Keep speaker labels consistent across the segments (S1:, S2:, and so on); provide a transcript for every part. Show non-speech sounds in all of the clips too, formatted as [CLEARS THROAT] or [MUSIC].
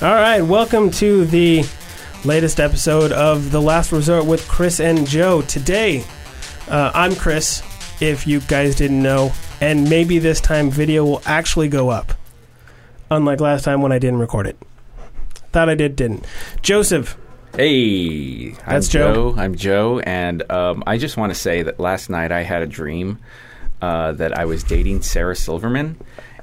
S1: All right, welcome to the latest episode of The Last Resort with Chris and Joe. Today, uh, I'm Chris, if you guys didn't know, and maybe this time video will actually go up, unlike last time when I didn't record it. Thought I did, didn't. Joseph,
S2: Hey,
S1: That's
S2: I'm
S1: Joe.
S2: I'm Joe, and um, I just want to say that last night I had a dream uh, that I was dating Sarah Silverman,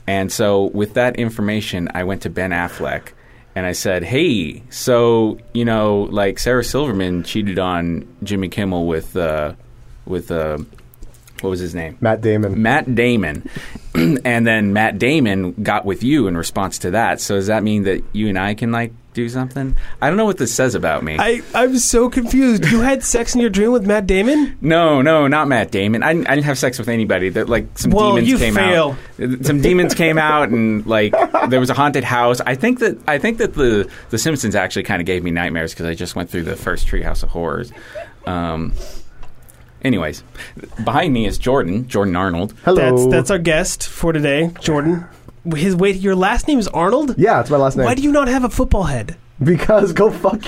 S2: and so with that information, I went to Ben Affleck and I said, "Hey, so you know, like Sarah Silverman cheated on Jimmy Kimmel with uh, with uh, what was his name?
S3: Matt Damon.
S2: Matt Damon, [CLEARS THROAT] and then Matt Damon got with you in response to that. So does that mean that you and I can like do something? I don't know what this says about me.
S1: I, I'm so confused. You had sex in your dream with Matt Damon?
S2: no, no, not Matt Damon. I, didn't- I didn't have sex with anybody. That like some
S1: Well,
S2: demons
S1: you
S2: came
S1: fail.
S2: out. [LAUGHS] Some demons came out, and like there was a haunted house. I think that I think that the the Simpsons actually kind of gave me nightmares because I just went through the first Treehouse of Horrors. Um, anyways, behind me is Jordan, Jordan Arnold.
S3: Hello.
S1: That's, that's our guest for today, Jordan. His wait, your last name is Arnold?
S3: yeah, it's my last name.
S1: Why do you not have a football head?
S3: because go fuck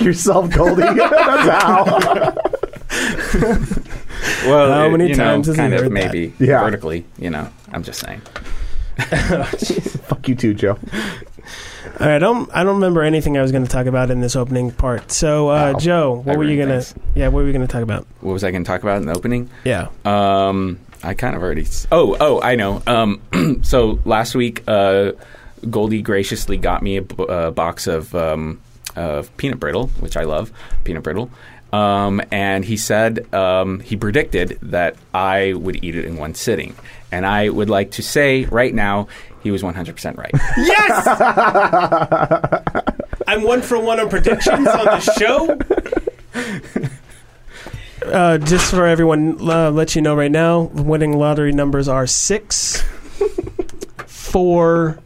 S1: [LAUGHS]
S3: yourself, Goldie. that's how. [LAUGHS]
S2: Well,
S1: How
S2: it-
S1: many
S2: you
S1: times
S2: know,
S1: has he
S2: kind of
S1: heard that?
S2: maybe
S3: Yeah.
S2: vertically? You know, I'm just saying.
S3: fuck you too, Joe.
S1: All right, I don't I don't remember anything I was going to talk about in this opening part. So, uh,
S3: Wow.
S1: Joe, what
S2: I
S1: were you
S2: ruined
S1: gonna?
S2: things.
S1: Yeah, what were you gonna talk about?
S2: What was I going to talk about in the opening?
S1: Yeah,
S2: Um, I kind of already. s- Oh, oh, I know. Um, [CLEARS THROAT] so last week, uh, Goldie graciously got me a b- a box of um, of peanut brittle, which I love peanut brittle. Um, and he said um, he predicted that I would eat it in one sitting. And I would like to say right now, he was
S1: [LAUGHS]
S2: 100% right.
S1: yes. I'm one for one on predictions on the show. Uh, just for everyone, uh, let you know right now, winning lottery numbers are six, four,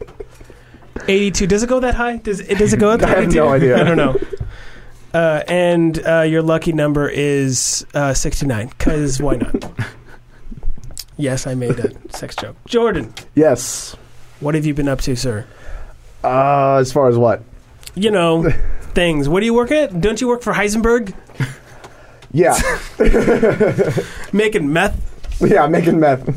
S1: eighty-two. Does it go that high? Does it? Does it go up? to
S3: I have
S1: 82?
S3: no idea.
S1: [LAUGHS] I don't know. Uh, and uh, your lucky number is uh, sixty-nine. Because why [LAUGHS] not? yes, I made a sex joke. Jordan,
S3: Yes.
S1: what have you been up to, sir?
S3: Uh, as far as what?
S1: you know, things. What do you work at? Don't you work for Heisenberg?
S3: Yeah.
S1: [LAUGHS] Making meth?
S3: yeah, I'm making meth.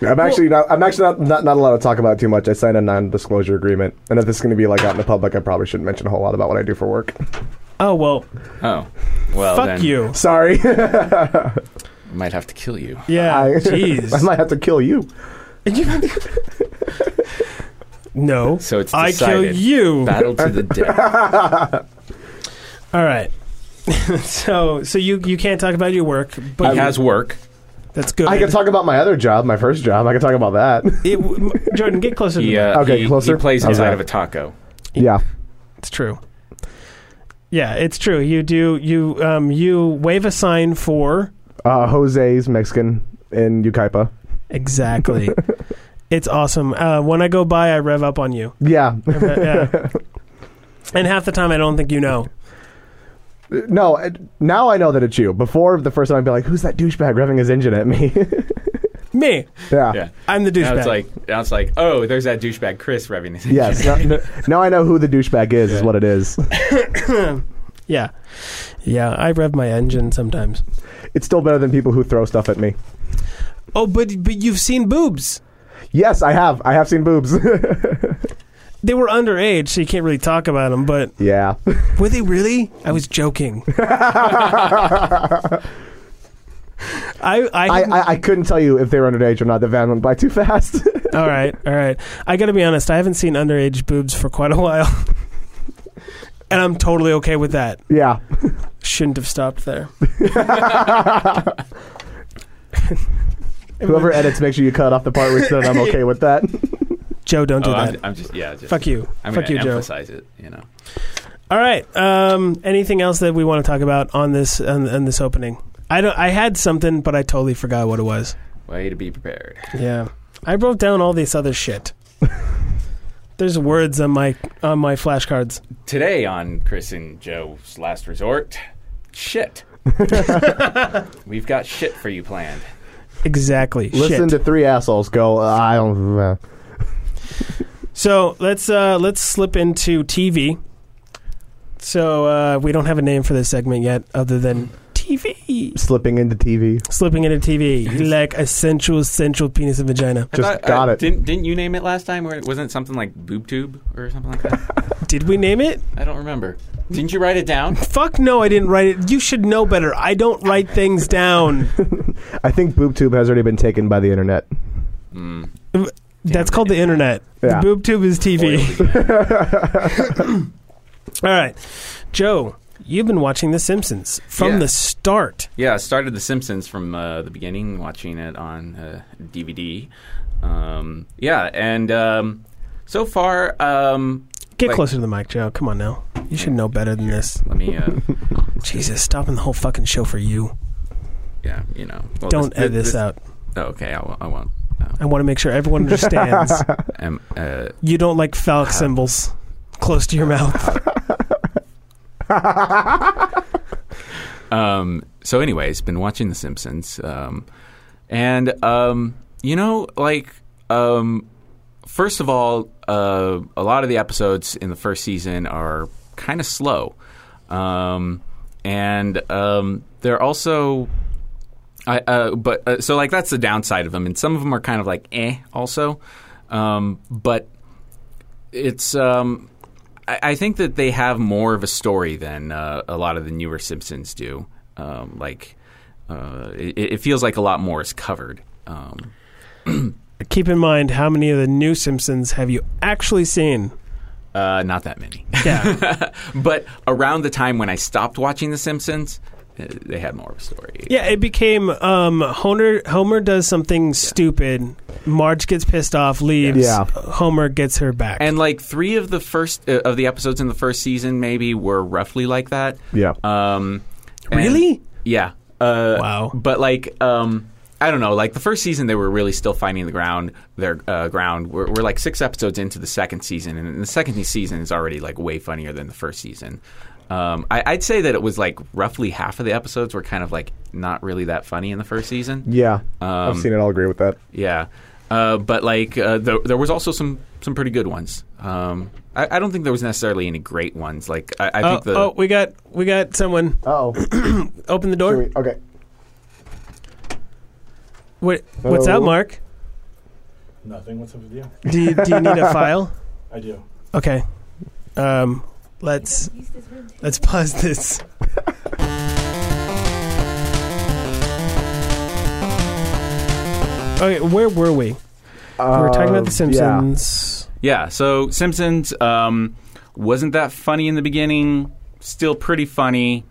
S3: I'm actually not. I'm actually not, not not allowed to talk about it too much. I signed a non-disclosure agreement, and if this is going to be like out in the public, I probably shouldn't mention a whole lot about what I do for work. [LAUGHS]
S1: Oh, well,
S2: Oh, well,
S1: fuck
S2: then
S1: you.
S3: Sorry,
S2: I might have to kill you.
S1: Yeah,
S3: [LAUGHS] I, [LAUGHS]
S1: jeez.
S3: I might have to kill you.
S1: no.
S2: So it's
S1: I kill
S2: decided.
S1: you.
S2: Battle to
S1: [LAUGHS]
S2: the death.
S1: All right. [LAUGHS] so so you you can't talk about your work, but
S2: He has work.
S1: that's good.
S3: I can talk about my other job, my first job. I can talk
S1: [LAUGHS]
S3: about that.
S1: It w- m- Jordan, get closer to
S2: He,
S1: the mic.
S2: uh,
S3: Okay,
S2: he,
S3: closer.
S2: he plays
S3: How's
S2: inside
S3: that?
S2: of a taco.
S3: yeah.
S2: uh,
S1: It's true. Yeah, it's true. You do you um you wave a sign for
S3: Uh, Jose's Mexican in Yucaipa.
S1: exactly.
S3: [LAUGHS]
S1: it's awesome. Uh, when I go by, I rev up on you.
S3: Yeah.
S1: I rev-
S2: [LAUGHS]
S1: yeah. and half the time, I don't think you know.
S3: No, I- now I know that it's you. Before the first time, I'd be like, "Who's that douchebag revving his engine at me?" [LAUGHS]
S1: Me.
S3: yeah.
S2: Yeah.
S1: I'm the douchebag.
S2: Now it's like now it's like oh, there's that douchebag Chris revving his
S3: Yes. now, n- now I know who the douchebag is. Is
S2: Yeah.
S3: what it is.
S1: yeah, yeah. I rev my engine sometimes.
S3: It's still better than people who throw stuff at me.
S1: Oh, but but you've seen boobs.
S3: Yes, I have. I have seen boobs. [LAUGHS]
S1: They were underage, so you can't really talk about them. But
S3: yeah.
S1: were they really? I was
S2: [LAUGHS]
S1: joking. I,
S3: I,
S1: I,
S3: I, I couldn't tell you if they were underage or not. The van went by too fast. [LAUGHS]
S1: all right, all right. I got to be honest. I haven't seen underage boobs for quite a while, [LAUGHS] and I'm totally okay with that.
S3: yeah.
S1: Shouldn't have stopped there.
S3: Whoever edits, make sure you cut off the part where it said I'm okay with that.
S2: [LAUGHS]
S1: Joe, don't do
S2: Oh,
S1: that.
S2: I'm, I'm just yeah. Just,
S1: Fuck you.
S2: I'm
S1: Fuck you,
S2: gonna
S1: Joe.
S2: emphasize it. You know.
S1: All right. Um, anything else that we want to talk about on this on, on this opening? I don't. I had something, but I totally forgot what it was.
S2: Way to be prepared.
S1: Yeah, I wrote down all this other
S3: [LAUGHS]
S1: shit. There's words on my on my flashcards.
S2: Today on Chris and Joe's Last Resort,
S1: [LAUGHS]
S2: shit. We've got shit for you planned.
S1: Exactly.
S3: Listen
S1: shit.
S3: uh, to three assholes go. I don't. Uh,
S1: So let's uh, let's slip into TV. So uh, we don't have a name for this segment yet, other than TV.
S3: Slipping into TV.
S1: Slipping into
S3: [LAUGHS]
S1: TV like a sensual, sensual penis and vagina.
S2: I
S3: Just
S2: thought-
S3: got
S2: I-
S3: it.
S2: Didn't didn't you name it last time? Or wasn't it something like boob tube or something like that?
S1: Did we name it?
S2: I don't remember. Didn't you write it down?
S1: Fuck no, I didn't write it. You should know better. I don't write things down.
S3: I think BoobTube has already been taken by the internet.
S1: Hmm.
S2: Mm.
S1: That's called the internet. The
S3: Yeah.
S1: boob tube is TV.
S2: Oiled again.
S1: [LAUGHS] All right, Joe, you've been watching The Simpsons from
S2: Yeah.
S1: the start.
S2: Yeah, I started The Simpsons from uh, the beginning, watching it on uh, DVD. Um, yeah, and um, so far, um,
S1: Get
S2: Like-
S1: closer to the mic, Joe. Come on now. You should know better than this.
S2: let me.
S1: [LAUGHS]
S2: Uh,
S1: Jesus, stopping the whole fucking show for you.
S2: yeah, you know. well,
S1: Don't edit this, out.
S2: Oh, okay, I, won't- I won't.
S1: I want to make sure everyone
S2: [LAUGHS]
S1: understands.
S2: Um, uh,
S1: you don't like phallic symbols close to your
S2: [LAUGHS]
S1: mouth.
S2: Um, so, anyways, been watching The Simpsons, um, and um, you know, like, um, first of all, uh, a lot of the episodes in the first season are kind of slow, um, and um, they're also. I, uh, but uh, so like that's the downside of them, and some of them are kind of like eh. Also, um, but it's um, I, I think that they have more of a story than uh, a lot of the newer Simpsons do. Um, like, uh, it, it feels like a lot more is covered. Um,
S1: Keep in mind how many of the new Simpsons have you actually
S2: [LAUGHS]
S1: seen?
S2: uh, not that many, [LAUGHS]
S1: Yeah.
S2: but around the time when I stopped watching The Simpsons, uh, they had more of a story.
S1: yeah, it became um, Homer, Homer does something stupid. Marge gets pissed off, leaves.
S3: Yeah.
S1: Homer gets her back.
S2: And like three of the first uh, of the episodes in the first season, maybe were roughly like that.
S3: Yeah.
S2: Um, and-
S1: Really?
S2: Yeah. Uh,
S1: Wow.
S2: But like, um, I don't know. Like the first season, they were really still finding the ground. Their uh, ground. We're, we're like six episodes into the second season, and the second season is already like way funnier than the first season. Um, I, I'd say that it was like roughly half of the episodes were kind of like not really that funny in the first season.
S3: Yeah.
S2: Um,
S3: I've seen it. I'll agree with that.
S2: Yeah, uh, but like uh, there, there was also some some pretty good ones. Um, I, I don't think there was necessarily any great ones. Like I, I
S1: Oh,
S2: think the
S1: oh, we got we got someone.
S2: [COUGHS]
S3: Oh.
S1: Open the door.
S3: okay.
S1: What, what's
S3: Hello?
S1: up, Mark?
S4: Nothing. What's up with you?
S1: Do you, do you need
S3: [LAUGHS]
S1: a file?
S4: I do.
S1: Okay. Um, let's let's pause this. okay, where were we? we were talking
S3: Uh,
S1: about
S3: Um,
S1: The Simpsons.
S2: Yeah, so Simpsons um, wasn't that funny in the beginning. Still pretty funny.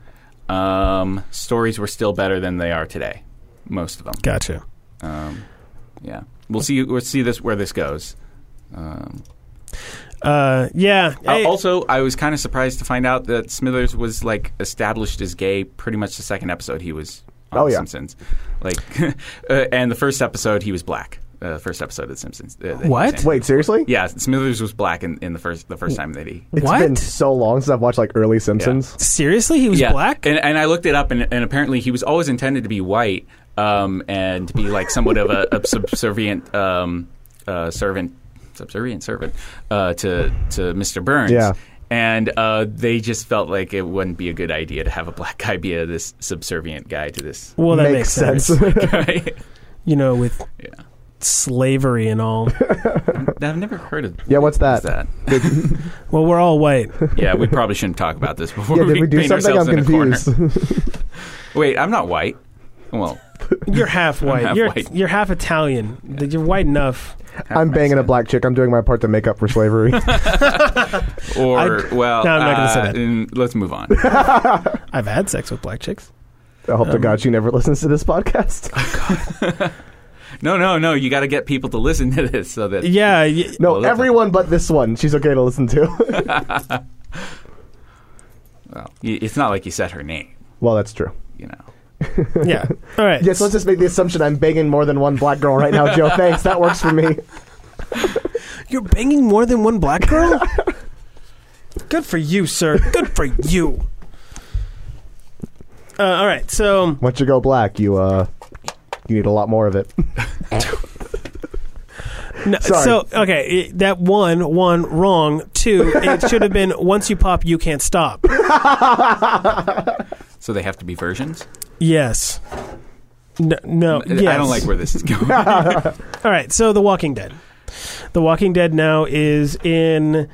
S2: Um, stories were still better than they are today, most of them.
S1: Gotcha.
S2: Um, yeah, we'll see. We'll see this where this goes. Um,
S1: Uh, yeah. I-
S2: uh, also, I was kind of surprised to find out that Smithers was like established as gay pretty much the second episode he was on
S3: Oh,
S2: The
S3: yeah.
S2: Simpsons, like, [LAUGHS] uh, and the first episode he was black. Uh, first episode of The Simpsons. uh, that he was
S1: What?
S2: in.
S3: Wait, seriously?
S2: Yeah, Smithers was black in, in the first the first time that he
S3: It's
S1: What?
S3: been so long since I've watched like early Simpsons.
S1: seriously, he was
S2: yeah.
S1: black.
S2: And, and I looked it up, and, and apparently he was always intended to be white um, and to be like somewhat of a, a subservient um, uh, servant, subservient servant uh, to to Mr. Burns.
S3: Yeah.
S2: And uh, they just felt like it wouldn't be a good idea to have a black guy be a, this subservient guy to this [LAUGHS]
S1: well, that
S3: Makes
S1: makes, sense.
S3: sense. [LAUGHS]
S2: guy.
S1: you know, with
S2: yeah.
S1: slavery and all.
S2: I've never heard of
S3: yeah, what's that?
S2: what's that.
S1: well, we're all white.
S2: Yeah, we probably shouldn't talk about this before
S3: Yeah,
S2: we, [LAUGHS]
S3: did we do
S2: paint
S3: something? I'm
S2: ourselves in
S3: confused.
S2: a corner. Wait, I'm not white. Well,
S1: You're half white.
S2: half
S1: you're
S2: white.
S1: you're half Italian. Like, You're white enough.
S2: half
S3: I'm banging a
S2: Mexican.
S3: black chick. I'm doing my part to make up
S2: [LAUGHS]
S3: for slavery. [LAUGHS]
S2: Or well,
S1: No, I'm not gonna say
S2: uh,
S1: that.
S2: mm, Let's move on.
S1: I've had sex with black chicks.
S3: I Oh, hope to God she never listens to
S2: [LAUGHS]
S3: this podcast.
S2: no, no, no. You got to get people to listen to this so that.
S1: Yeah. y-
S3: No,
S2: Well, that's-
S3: everyone but this one. She's okay to listen to. [LAUGHS]
S2: Well, y- it's not like you said her name.
S3: well, that's true.
S2: You know.
S3: [LAUGHS]
S1: Yeah. All right.
S3: Yes, let's just make the assumption I'm banging more than one black girl right now,
S2: [LAUGHS]
S3: Joe. Thanks, that works for me.
S1: You're banging more than one black
S3: [LAUGHS]
S1: girl? Good for you, sir. Good for you. Uh, all right, so
S3: Once you go black, you uh, you need a lot more of it.
S1: No,
S3: Sorry.
S1: So okay, it, that one, one wrong. Two, it should have been once you pop, you can't stop.
S2: So they have to be versions.
S1: Yes. No. no Oh, yes.
S2: I don't like where this is going.
S1: [LAUGHS] All right. So The Walking Dead. The Walking Dead now is in.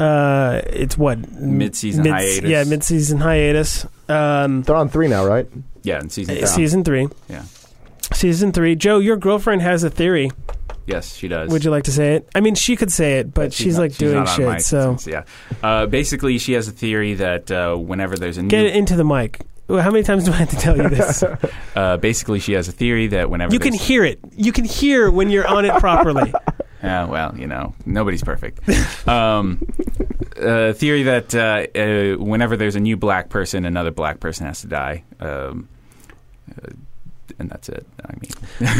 S1: Uh, it's what
S2: Mid-season hiatus.
S1: Yeah, mid-season hiatus. Um,
S3: They're on three now, right?
S2: yeah, in season.
S1: uh,
S2: three.
S1: season three.
S2: Yeah.
S1: Season three. Joe, your girlfriend has a theory.
S2: Yes, she does.
S1: Would you like to say it? I mean, she could say it, but she's,
S2: not-
S1: like doing
S2: not on
S1: shit.
S2: mic,
S1: So
S2: since- yeah. Uh, basically, she has a theory that uh, whenever there's a new,
S1: get it into the mic. Well, How many times do I have to tell you
S2: [LAUGHS]
S1: this?
S2: uh, basically she has a theory that whenever
S1: You can
S2: there's-
S1: hear it. You can hear when you're on it
S2: [LAUGHS]
S1: properly.
S2: Yeah, well, you know, nobody's perfect. Um, uh, theory that uh, uh, whenever there's a new black person, another black person has to die. Um, uh, and that's it. I mean,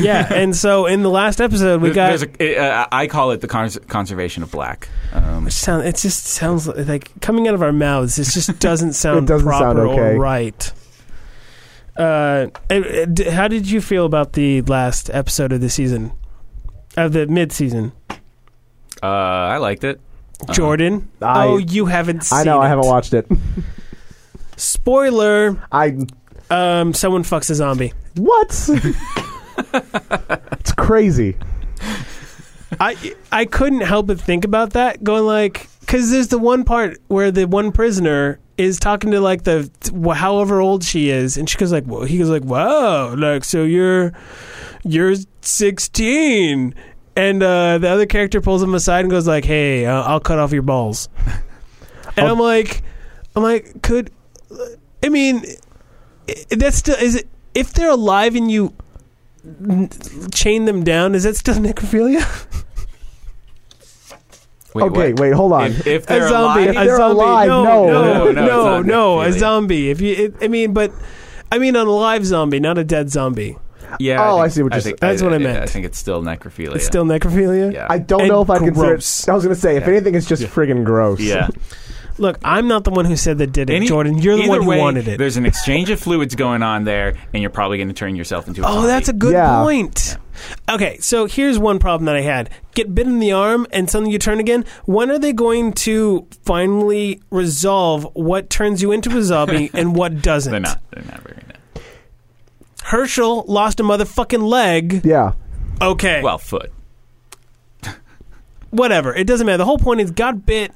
S1: Yeah. And so in the last episode, we
S2: There-
S1: got
S2: there's a- uh, I call it the cons- conservation of black. Um,
S1: Which sound it just sounds li- like coming out of our mouths. It just
S3: [LAUGHS]
S1: doesn't sound
S3: doesn't
S1: proper
S3: sound okay.
S1: or right. Uh, it- it- d- how did you feel about the last episode of the season, of the mid season?
S2: uh, I liked it. Uh-huh.
S1: Jordan,
S3: I-
S1: oh, you haven't. Seen
S3: I know. I haven't
S1: it.
S3: watched it.
S1: Spoiler:
S3: I
S1: um, someone fucks a zombie.
S3: what? it's crazy.
S1: I I couldn't help but think about that, going like, because there's the one part where the one prisoner is talking to like the wh- however old she is, and she goes like, well, he goes like, wow, like so you're you're 16, and uh, the other character pulls him aside and goes like, hey, uh, I'll cut off your balls, and I'm like, I'm like, could, I mean, i- that's still is it if they're alive and you. n- Chain them down. Is that still necrophilia?
S2: Wait,
S3: okay,
S2: what?
S3: wait, hold on.
S2: If, uh, if
S1: a
S2: they're
S1: zombie,
S2: alive,
S1: a
S3: They're
S1: zombie.
S3: alive,
S1: No,
S3: no.
S1: no, no,
S2: No, no,
S1: no,
S2: it's
S1: a
S2: not necrophilia.
S1: zombie. If you, it, I mean, but I mean, an alive zombie, not a dead zombie.
S2: yeah.
S3: Oh,
S2: think-
S3: I see what you're
S1: saying.
S2: think-
S1: That's what I meant.
S2: I think it's still necrophilia.
S1: It's still necrophilia.
S2: Oh, Yeah.
S3: I don't
S1: And
S3: know if I consider.
S1: gross.
S3: It, I was gonna say, if
S2: Yeah.
S3: anything, it's just friggin'
S1: [LAUGHS]
S3: gross.
S2: yeah.
S1: Look, I'm not the one who said that did it,
S2: Any-
S1: Jordan. You're the
S2: either
S1: one who
S2: way,
S1: wanted it.
S2: There's an exchange of fluids going on there, and you're probably going to turn yourself into. a
S1: Oh,
S2: zombie.
S1: that's a good
S3: Yeah.
S1: point. Okay, so here's one problem that I had: get bit in the arm and suddenly you turn again. When are they going to finally resolve what turns you into a
S2: [LAUGHS]
S1: zombie and what doesn't?
S2: They're not. They're not very. Nice.
S1: Herschel lost a motherfucking leg.
S3: [LAUGHS] Yeah.
S1: Okay,
S2: Well, foot.
S1: whatever. It doesn't matter. The whole point is got bit.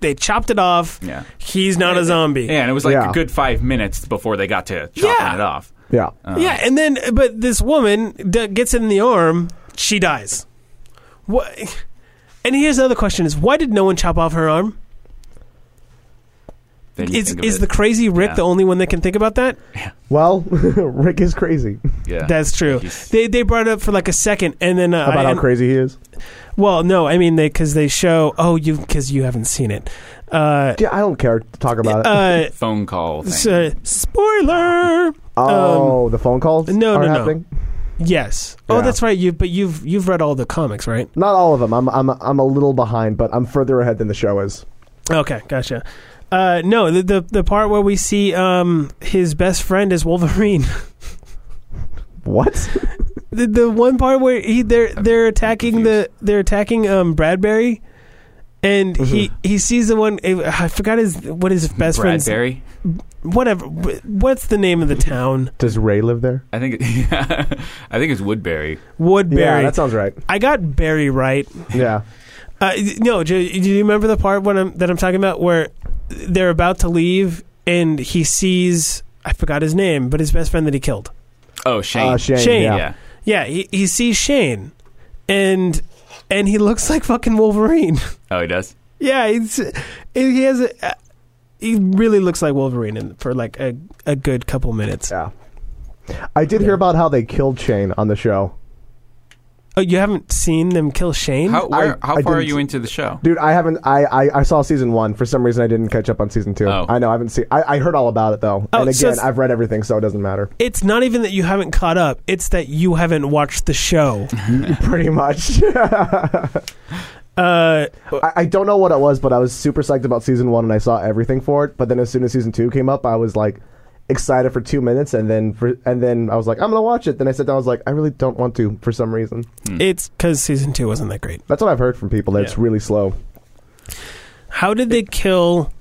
S1: They chopped it off.
S2: Yeah.
S1: He's not a zombie.
S2: Yeah, and it was like
S3: Yeah.
S2: a good five minutes before they got to chopping
S1: Yeah.
S2: it off. Uh,
S3: Yeah.
S1: Yeah, and then but this woman d- gets it in the arm. She dies. What? And here's the other question: Is why did no one chop off her arm?
S2: Then you
S1: Is
S2: think of
S1: is
S2: it.
S1: the crazy Rick
S2: Yeah.
S1: the only one that can think about that?
S3: Well, [LAUGHS] Rick is crazy
S2: yeah.
S1: That's true.
S2: He's-
S1: They they brought it up for like a second, and then uh,
S3: about
S1: I-
S3: how
S1: and-
S3: crazy he is.
S1: Well, no, I mean they because they show oh you because you haven't seen it. Uh,
S3: Yeah, I don't care to talk about it.
S1: uh,
S2: phone call thing.
S1: so- spoiler.
S3: oh, the phone calls
S1: no,
S3: are
S1: no, no.
S3: happening.
S1: Yes. Oh,
S3: Yeah.
S1: that's right. You but you've you've read all the comics, right?
S3: Not all of them. I'm I'm I'm a little behind, but I'm further ahead than the show is.
S1: Okay, gotcha. Uh, no, the, the the part where we see um his best friend is Wolverine. [LAUGHS]
S3: What?
S1: the, the one part where he they're they're attacking the they're attacking um Bradbury, and
S3: Mm-hmm.
S1: he he sees the one eh, I forgot his what his best friend's
S2: Bradbury.
S1: whatever what's the name of the town
S3: Does Ray live there?
S2: I [LAUGHS] think. I think it's Woodbury.
S1: Woodbury.
S3: Yeah, that sounds right.
S1: I got Barry right.
S3: Yeah.
S1: Uh, no, do, do you remember the part when I'm, that I'm talking about where they're about to leave and he sees I forgot his name, but his best friend that he killed.
S2: Oh, Shane.
S3: Uh, Shane.
S1: Shane,
S3: yeah.
S2: Yeah.
S1: Yeah, he, he sees Shane, and and he [LAUGHS] looks like fucking Wolverine. [LAUGHS]
S2: Oh, he does.
S1: yeah, he's he has a, uh, he really looks like Wolverine in, for like a a good couple minutes.
S3: Yeah. I did hear about how they killed Shane on the show.
S1: Oh, you haven't seen them kill Shane?
S2: How where,
S3: I-
S2: how
S3: I
S2: far are
S3: didn't-
S2: you into the show?
S3: Dude, I haven't. I, I, I saw season one. For some reason, I didn't catch up on season two.
S2: Oh.
S3: I know. I haven't seen. I, I heard all about it though.
S1: Oh,
S3: and
S1: so
S3: again,
S1: it's-
S3: I've read everything, so it doesn't matter.
S1: It's not even that you haven't caught up; it's that you haven't watched the show.
S3: Pretty much.
S1: Uh,
S3: [LAUGHS] I, I don't know what it was, but I was super psyched about season one, and I saw everything for it. But then as soon as season two came up, I was like, excited for two minutes, and then for, and then I was like, I'm gonna watch it. Then I sat down. I was like, I really don't want to for some reason.
S2: Hmm.
S1: It's because season two wasn't that great.
S3: That's what I've heard from people. That it's
S1: Yeah.
S3: really slow.
S1: How did they kill?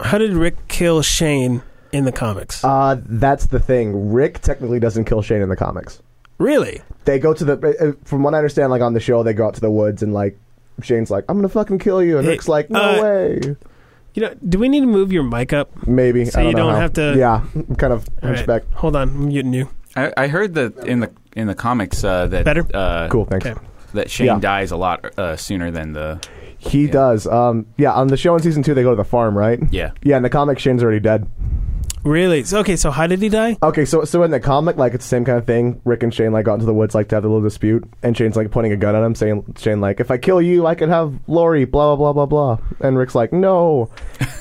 S1: How did Rick kill Shane in the comics?
S3: Uh, that's the thing. Rick technically doesn't kill Shane in the comics.
S1: really?
S3: They go to the uh, from what I understand, like on the show, they go out to the woods and like Shane's like, I'm gonna fucking kill you, and
S1: Hey,
S3: Rick's like, No
S1: uh,
S3: way.
S1: You know, do we need to move your mic up?
S3: Maybe
S1: so
S3: I don't
S1: you
S3: know
S1: don't
S3: how.
S1: have to-
S3: Yeah, kind of
S1: All right.
S3: respect.
S1: Hold on, I'm muting you.
S2: I, I heard that in the in the comics uh, that
S1: Better?
S2: uh,
S3: Cool, thanks.
S1: Okay.
S2: that Shane
S3: Yeah.
S2: dies a lot uh, sooner than the
S3: He
S2: Yeah.
S3: does. Um, yeah, on the show in season two, they go to the farm, right?
S2: yeah.
S3: Yeah, in the comic, Shane's already dead.
S1: Really? So, okay, so how did he die?
S3: Okay, so so in the comic, like it's the same kind of thing. Rick and Shane like got into the woods like to have a little dispute, and Shane's like pointing a gun at him, saying Shane like, "If I kill you, I could have Lori." Blah blah blah blah blah. And Rick's like, "No,"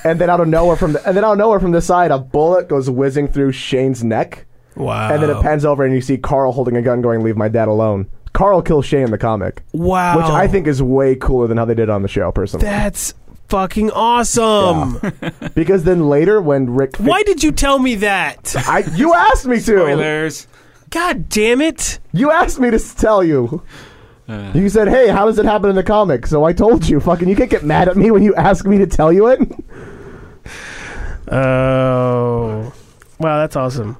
S3: and then out of nowhere from the, and then out of nowhere from the side, a bullet goes whizzing through Shane's neck,
S1: Wow.
S3: and then it pans over, and you see Carl holding a gun, going, "Leave my dad alone." Carl kills Shane in the comic,
S1: Wow.
S3: which I think is way cooler than how they did on the show, personally.
S1: that's fucking awesome.
S3: because then later when
S1: [LAUGHS]
S3: Rick,
S1: Why did you tell me that?
S3: I you asked me to.
S2: Spoilers.
S1: God damn it!
S3: You asked me to s- tell you.
S1: Uh.
S3: you said, "Hey, how does it happen in the comic?" So I told you. Fucking, you can't get mad at me when you ask me to tell you it.
S1: Oh, wow, that's awesome.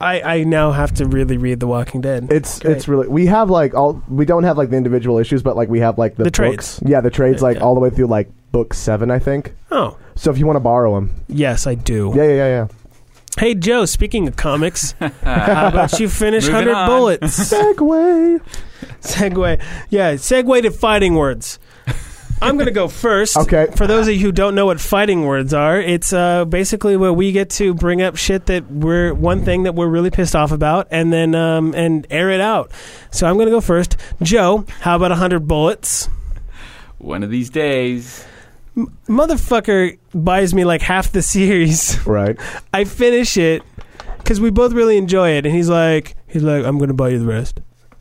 S1: I I now have to really read The Walking Dead.
S3: It's
S1: Great.
S3: it's really we have like all we don't have like the individual issues, but like we have like the,
S1: The
S3: books.
S1: trades.
S3: Yeah, the trades like
S1: Yeah.
S3: all the way through like book seven, I think.
S1: oh,
S3: So if you want to borrow them,
S1: yes, I do.
S3: yeah, yeah, yeah, yeah.
S1: Hey Joe, speaking of
S2: [LAUGHS]
S1: comics, how about you finish
S2: Moving
S1: hundred
S2: on. [LAUGHS]
S1: bullets?
S3: Segway.
S1: segue, yeah, segue to fighting words. I'm gonna go first.
S3: Okay.
S1: For those of you who don't know what fighting words are, it's uh, basically where we get to bring up shit that we're one thing that we're really pissed off about, and then um, and air it out. So I'm gonna go first. Joe, how about hundred bullets?
S2: One of these days.
S1: Motherfucker buys me like half the [LAUGHS] series.
S3: Right.
S1: I finish it because we both really enjoy it, and he's like, he's like, I'm gonna buy you the rest.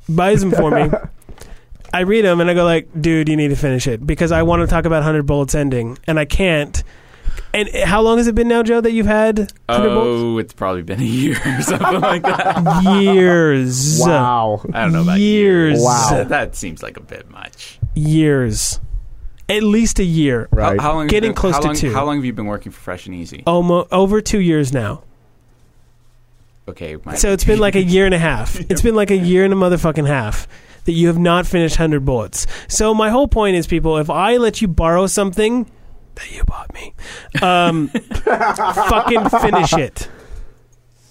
S1: Buys them for me. I read them and I go like, dude, you need to finish it because I want to talk about Hundred Bullets ending, and I can't. And eh, how long has it been now, Joe, that you've had Hundred
S2: Oh, it's probably been a year [LAUGHS] or something like that.
S1: Bullets? Years.
S3: [LAUGHS] Wow.
S2: I don't know about
S1: Years.
S3: Wow.
S2: That seems like a bit much.
S1: Years. At least a year.
S2: How-
S3: Right.
S2: How, long have
S1: Getting
S2: you been,
S1: close
S2: how
S1: to
S2: long,
S1: two. Oh.
S2: How long have you been working for Fresh and Easy?
S1: Almost over two years now.
S2: Okay, my,
S1: So it's been like a year and a half. It's been like a year and a motherfucking half that you have not finished 100 bullets. So my whole point is, people, if I let you borrow something that you bought me, um, fucking finish it.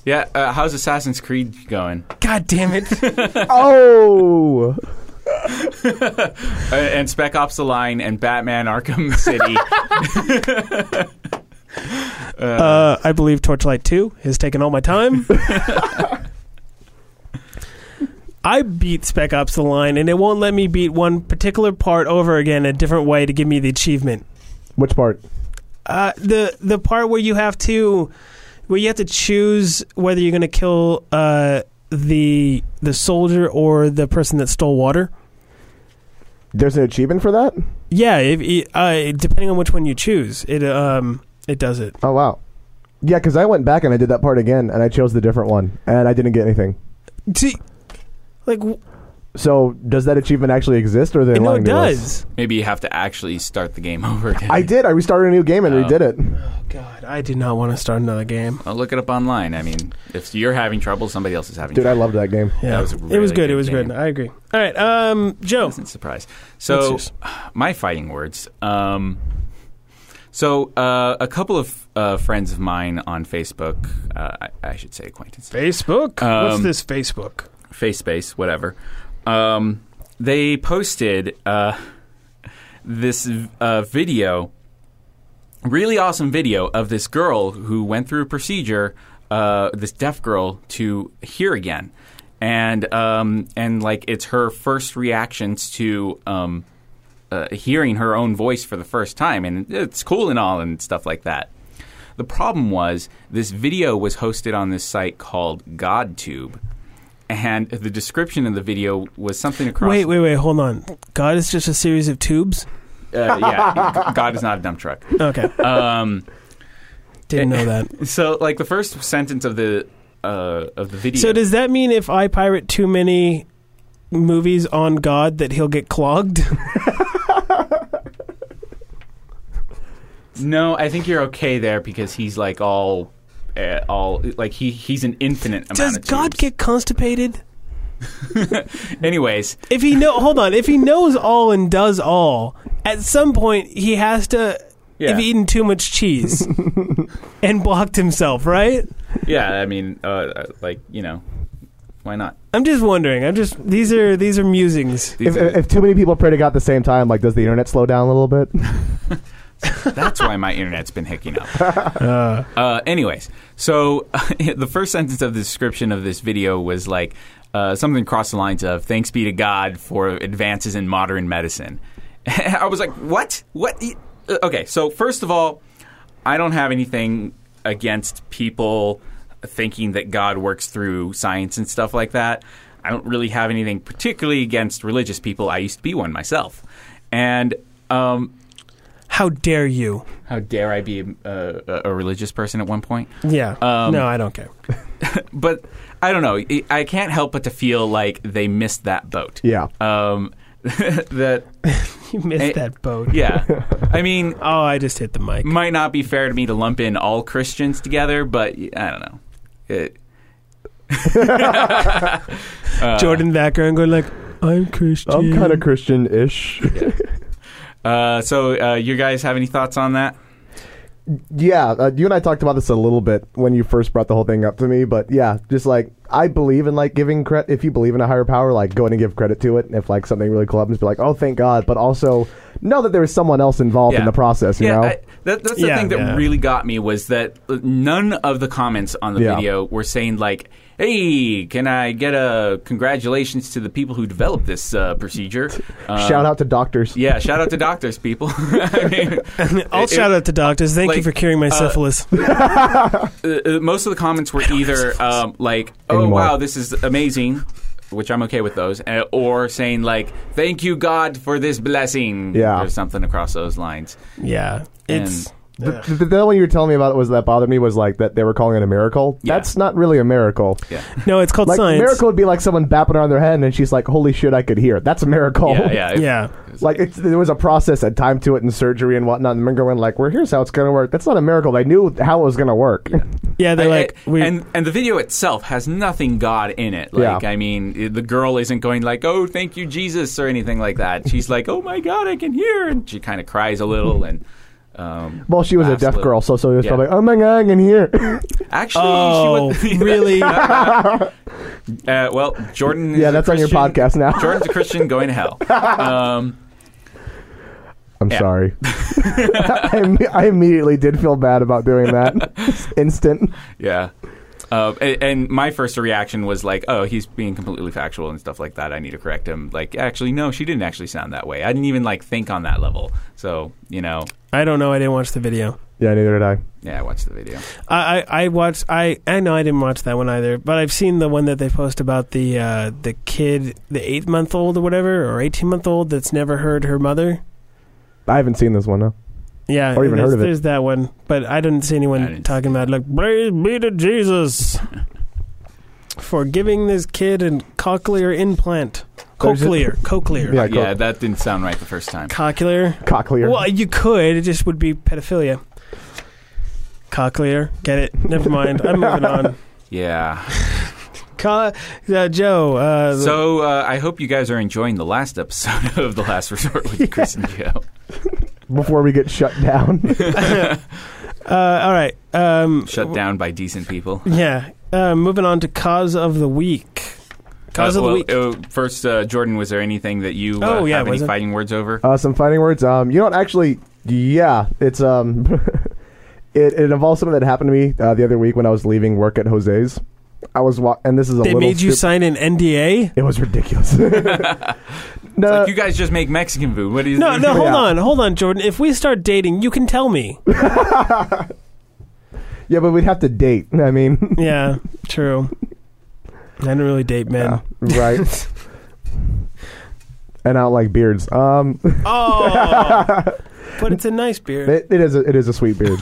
S2: yeah. Uh, how's Assassin's Creed going?
S1: God damn it.
S3: Oh.
S2: Uh, and Spec Ops: The Line and Batman: Arkham [LAUGHS] City.
S1: Uh, I believe Torchlight 2 has taken all my time. I beat Spec Ops The Line, and it won't let me beat one particular part over again a different way to give me the achievement.
S3: Which part?
S1: Uh, the the part where you have to where you have to choose whether you're going to kill uh, the the soldier or the person that stole water.
S3: There's an achievement for that.
S1: Yeah, if, it- uh, depending on which one you choose, it um it does it.
S3: Oh wow. Yeah, because I went back and I did that part again, and I chose the different one, and I didn't get anything.
S1: See, like w-
S3: So does that achievement actually exist, or are they
S1: no,
S3: lying
S1: it
S3: to us?
S1: does.
S2: Maybe you have to actually start the game over again.
S3: I did. I restarted a new game and
S2: Oh.
S3: redid it.
S1: God, I do not want to start another game.
S2: I'll look it up online. I mean, if you're having trouble, somebody else is having
S3: Dude, I
S2: trouble.
S3: loved that game.
S1: Yeah,
S2: That was a
S1: it was
S2: really
S1: good. It
S2: good
S1: was
S2: game.
S1: good. I agree. All right, um, Joe.
S2: Doesn't surprise. So,
S1: That's
S2: my fighting words. Um, so, uh, a couple of uh, friends of mine on Facebook, uh, I, I should say acquaintances,
S1: Facebook.
S2: Um,
S1: this Facebook?
S2: face space, whatever. Um, they posted uh, this uh, video, really awesome video of this girl who went through a procedure, uh, this deaf girl to hear again, and um, and like it's her first reactions to. Um, uh, hearing her own voice for the first time, and it's cool and all, and stuff like that. The problem was this video was hosted on this site called GodTube, and the description of the video was something across.
S1: Wait, wait, wait. Hold on. God is just a series of tubes.
S2: [LAUGHS] Uh, yeah, God is not a dump truck.
S1: Okay.
S2: Um,
S1: Didn't know that.
S2: So, like the first sentence of the uh, of the video.
S1: So does that mean if I pirate too many movies on God that he'll get
S2: [LAUGHS]
S1: clogged?
S2: no, I think you're okay there because he's like all, uh, all like he he's an infinite amount.
S1: does
S2: of
S1: God
S2: tubes.
S1: get constipated?
S2: Anyways,
S1: If he know, hold on. If he knows all and does all, at some point he has to
S2: yeah,
S1: have eaten too much
S2: [LAUGHS]
S1: cheese and blocked himself, right?
S2: yeah. I mean, uh, uh, like you know, why not?
S1: I'm just wondering. I'm just these are these are musings.
S2: These
S3: If,
S2: are-
S3: if, if too many people pray to God at the same time, like, does the internet slow down a little bit? [LAUGHS]
S2: that's why my internet's been hicking up.
S1: Uh,
S2: Uh, anyways, so [LAUGHS] the first sentence of the description of this video was like uh, something across the lines of "Thanks be to God for advances in modern medicine." [LAUGHS] I was like, "What? What?" e- uh, Okay, so first of all, I don't have anything against people thinking that God works through science and stuff like that. I don't really have anything particularly against religious people. I used to be one myself, and um,
S1: how dare you?
S2: how dare I be a, a, a religious person at one point?
S1: Yeah.
S2: Um,
S1: no, I don't care. [LAUGHS]
S2: but I don't know. I- I can't help but to feel like they missed that boat.
S3: yeah.
S2: Um, [LAUGHS] that
S1: You missed
S2: eh,
S1: that boat.
S2: yeah. I mean,
S1: Oh, I just hit the mic.
S2: might not be fair to me to lump in all Christians together, but I don't know. It, uh,
S1: Jordan Vacker and going like, I'm Christian.
S3: I'm kind of Christian ish.
S2: uh, so, uh, you guys have any thoughts on that?
S3: Yeah, uh, you and I talked about this a little bit when you first brought the whole thing up to me, but yeah, just like I believe in like giving credit. If you believe in a higher power, like go in and give credit to it. And if like something really cool happens, be like, oh, thank God. But also know that there was someone else involved in
S2: Yeah.
S3: the process. You
S2: yeah,
S3: know,
S2: I, that, that's the
S1: Yeah,
S2: thing that
S1: yeah.
S2: really got me was that uh, none of the comments on the
S3: Yeah.
S2: video were saying like, "Hey, can I get a congratulations to the people who developed this uh, procedure?" Um,
S1: uh,
S3: shout out to doctors.
S2: Yeah, shout out to doctors, people. [LAUGHS] I
S3: [LAUGHS]
S2: mean,
S1: [COUGHS] I'll
S2: it-
S1: shout out to doctors. Thank you
S2: like,
S1: for curing my
S2: uh, [LAUGHS]
S1: syphilis.
S2: uh, uh, most of the comments were either um, like, "Oh
S3: [LAUGHS] Anymore.
S2: wow, this is amazing," which I'm okay with those, uh, or saying like, "Thank you God for this blessing,"
S3: Yeah.
S2: or something across those lines.
S1: yeah. It's.
S3: The, the, the one you were telling me about was that bothered me was like that they were calling it a miracle.
S2: Yeah.
S3: That's not really a miracle.
S2: Yeah,
S1: No, it's called
S3: Like
S1: science.
S3: miracle would be like someone bapping her on their head and she's like, "Holy shit, I could hear." That's a miracle.
S2: yeah, yeah. It-
S1: Yeah.
S3: [LAUGHS] Like it's, there was a process and time to it and surgery and whatnot. And then going like, "Well, here's how it's gonna work." That's not a miracle. They knew how it was gonna work.
S1: Yeah, they're
S2: I- I-
S1: like, we,
S2: and and the video itself has nothing God in it. Like,
S3: Yeah.
S2: I mean, i- the girl isn't going like, "Oh, thank you, Jesus," or anything like that. She's like, "Oh my God, I can hear," and she kind of cries a little. And um,
S3: [LAUGHS] Well, she was a deaf
S2: Absolutely.
S3: girl, so so it was
S2: Yeah.
S3: probably, oh my god, I can hear. [LAUGHS]
S2: actually,
S1: oh,
S2: [LAUGHS] she would,
S1: really?
S2: Uh, well, Jordan. Is
S3: yeah,
S2: a
S3: that's on your
S2: Christian.
S3: podcast now.
S2: Jordan's a
S3: [LAUGHS]
S2: Christian going to hell. Um,
S3: I'm
S2: Yeah.
S3: sorry.
S2: [LAUGHS]
S3: [LAUGHS] I, imme- I immediately did feel bad about doing that.
S2: [LAUGHS]
S3: Just Instant.
S2: yeah. Uh, and, and my first reaction was like, "Oh, he's being completely factual and stuff like that. I need to correct him." Like, actually, no, she didn't actually sound that way. I didn't even like think on that level. So, you know,
S1: I don't know. I didn't watch the video.
S3: Yeah, neither did I.
S2: yeah, I watched the video.
S1: I, I, I watched. I, I know I didn't watch that one either, but I've seen the one that they post about the uh, the kid, the eight month old or whatever, or eighteen month old that's never heard her mother.
S3: I haven't seen this one. No.
S1: Yeah,
S3: Or even
S1: there's,
S3: heard of it.
S1: there's that one, but I didn't see
S2: I
S1: anyone
S2: didn't
S1: talking about like praise be to
S2: [LAUGHS]
S1: Jesus for giving this kid a cochlear implant,
S3: There's a-
S1: cochlear, cochlear,
S3: Yeah,
S2: yeah,
S3: cool.
S2: that didn't sound right the first time.
S1: cochlear.
S3: cochlear.
S1: Well, you could. It just would be pedophilia. Cochlear, get it? Never mind. I'm moving
S3: [LAUGHS]
S1: on.
S2: Yeah.
S1: Co- uh, Joe, uh, the-
S2: So uh, I hope you guys are enjoying the last episode [LAUGHS] of The Last Resort with Chris and Joe.
S3: Before we get shut down.
S1: Uh, all right. Um,
S2: Shut down by decent people.
S1: Yeah. Uh, moving on to cause of the week. Cause
S2: Uh,
S1: of the
S2: well,
S1: week.
S2: uh, first, uh, Jordan, was there anything that you uh,
S1: Oh, yeah,
S2: have any
S1: was it?
S2: fighting words over?
S3: uh, some fighting words. Um, you know what? Actually, yeah, it's um, [LAUGHS] it, it involves something that happened to me uh, the other week when I was leaving work at Jose's. I was wa- and this is a
S1: They
S3: little.
S1: made you
S3: stup-
S1: sign an NDA.
S3: it
S1: [LAUGHS]
S3: was ridiculous. no,
S2: like, you guys just make Mexican food. What is
S1: No, no,
S2: [LAUGHS]
S1: hold
S3: Yeah.
S1: on, hold on, Jordan. If we start dating, you can tell
S3: [LAUGHS]
S1: me.
S3: yeah, but we'd have to date. I mean.
S1: Yeah, true. I don't really date men. [LAUGHS]
S3: Yeah, right. and I don't like beards. Um, [LAUGHS]
S1: Oh, but it's a nice beard.
S3: it, it is a, it is a sweet beard.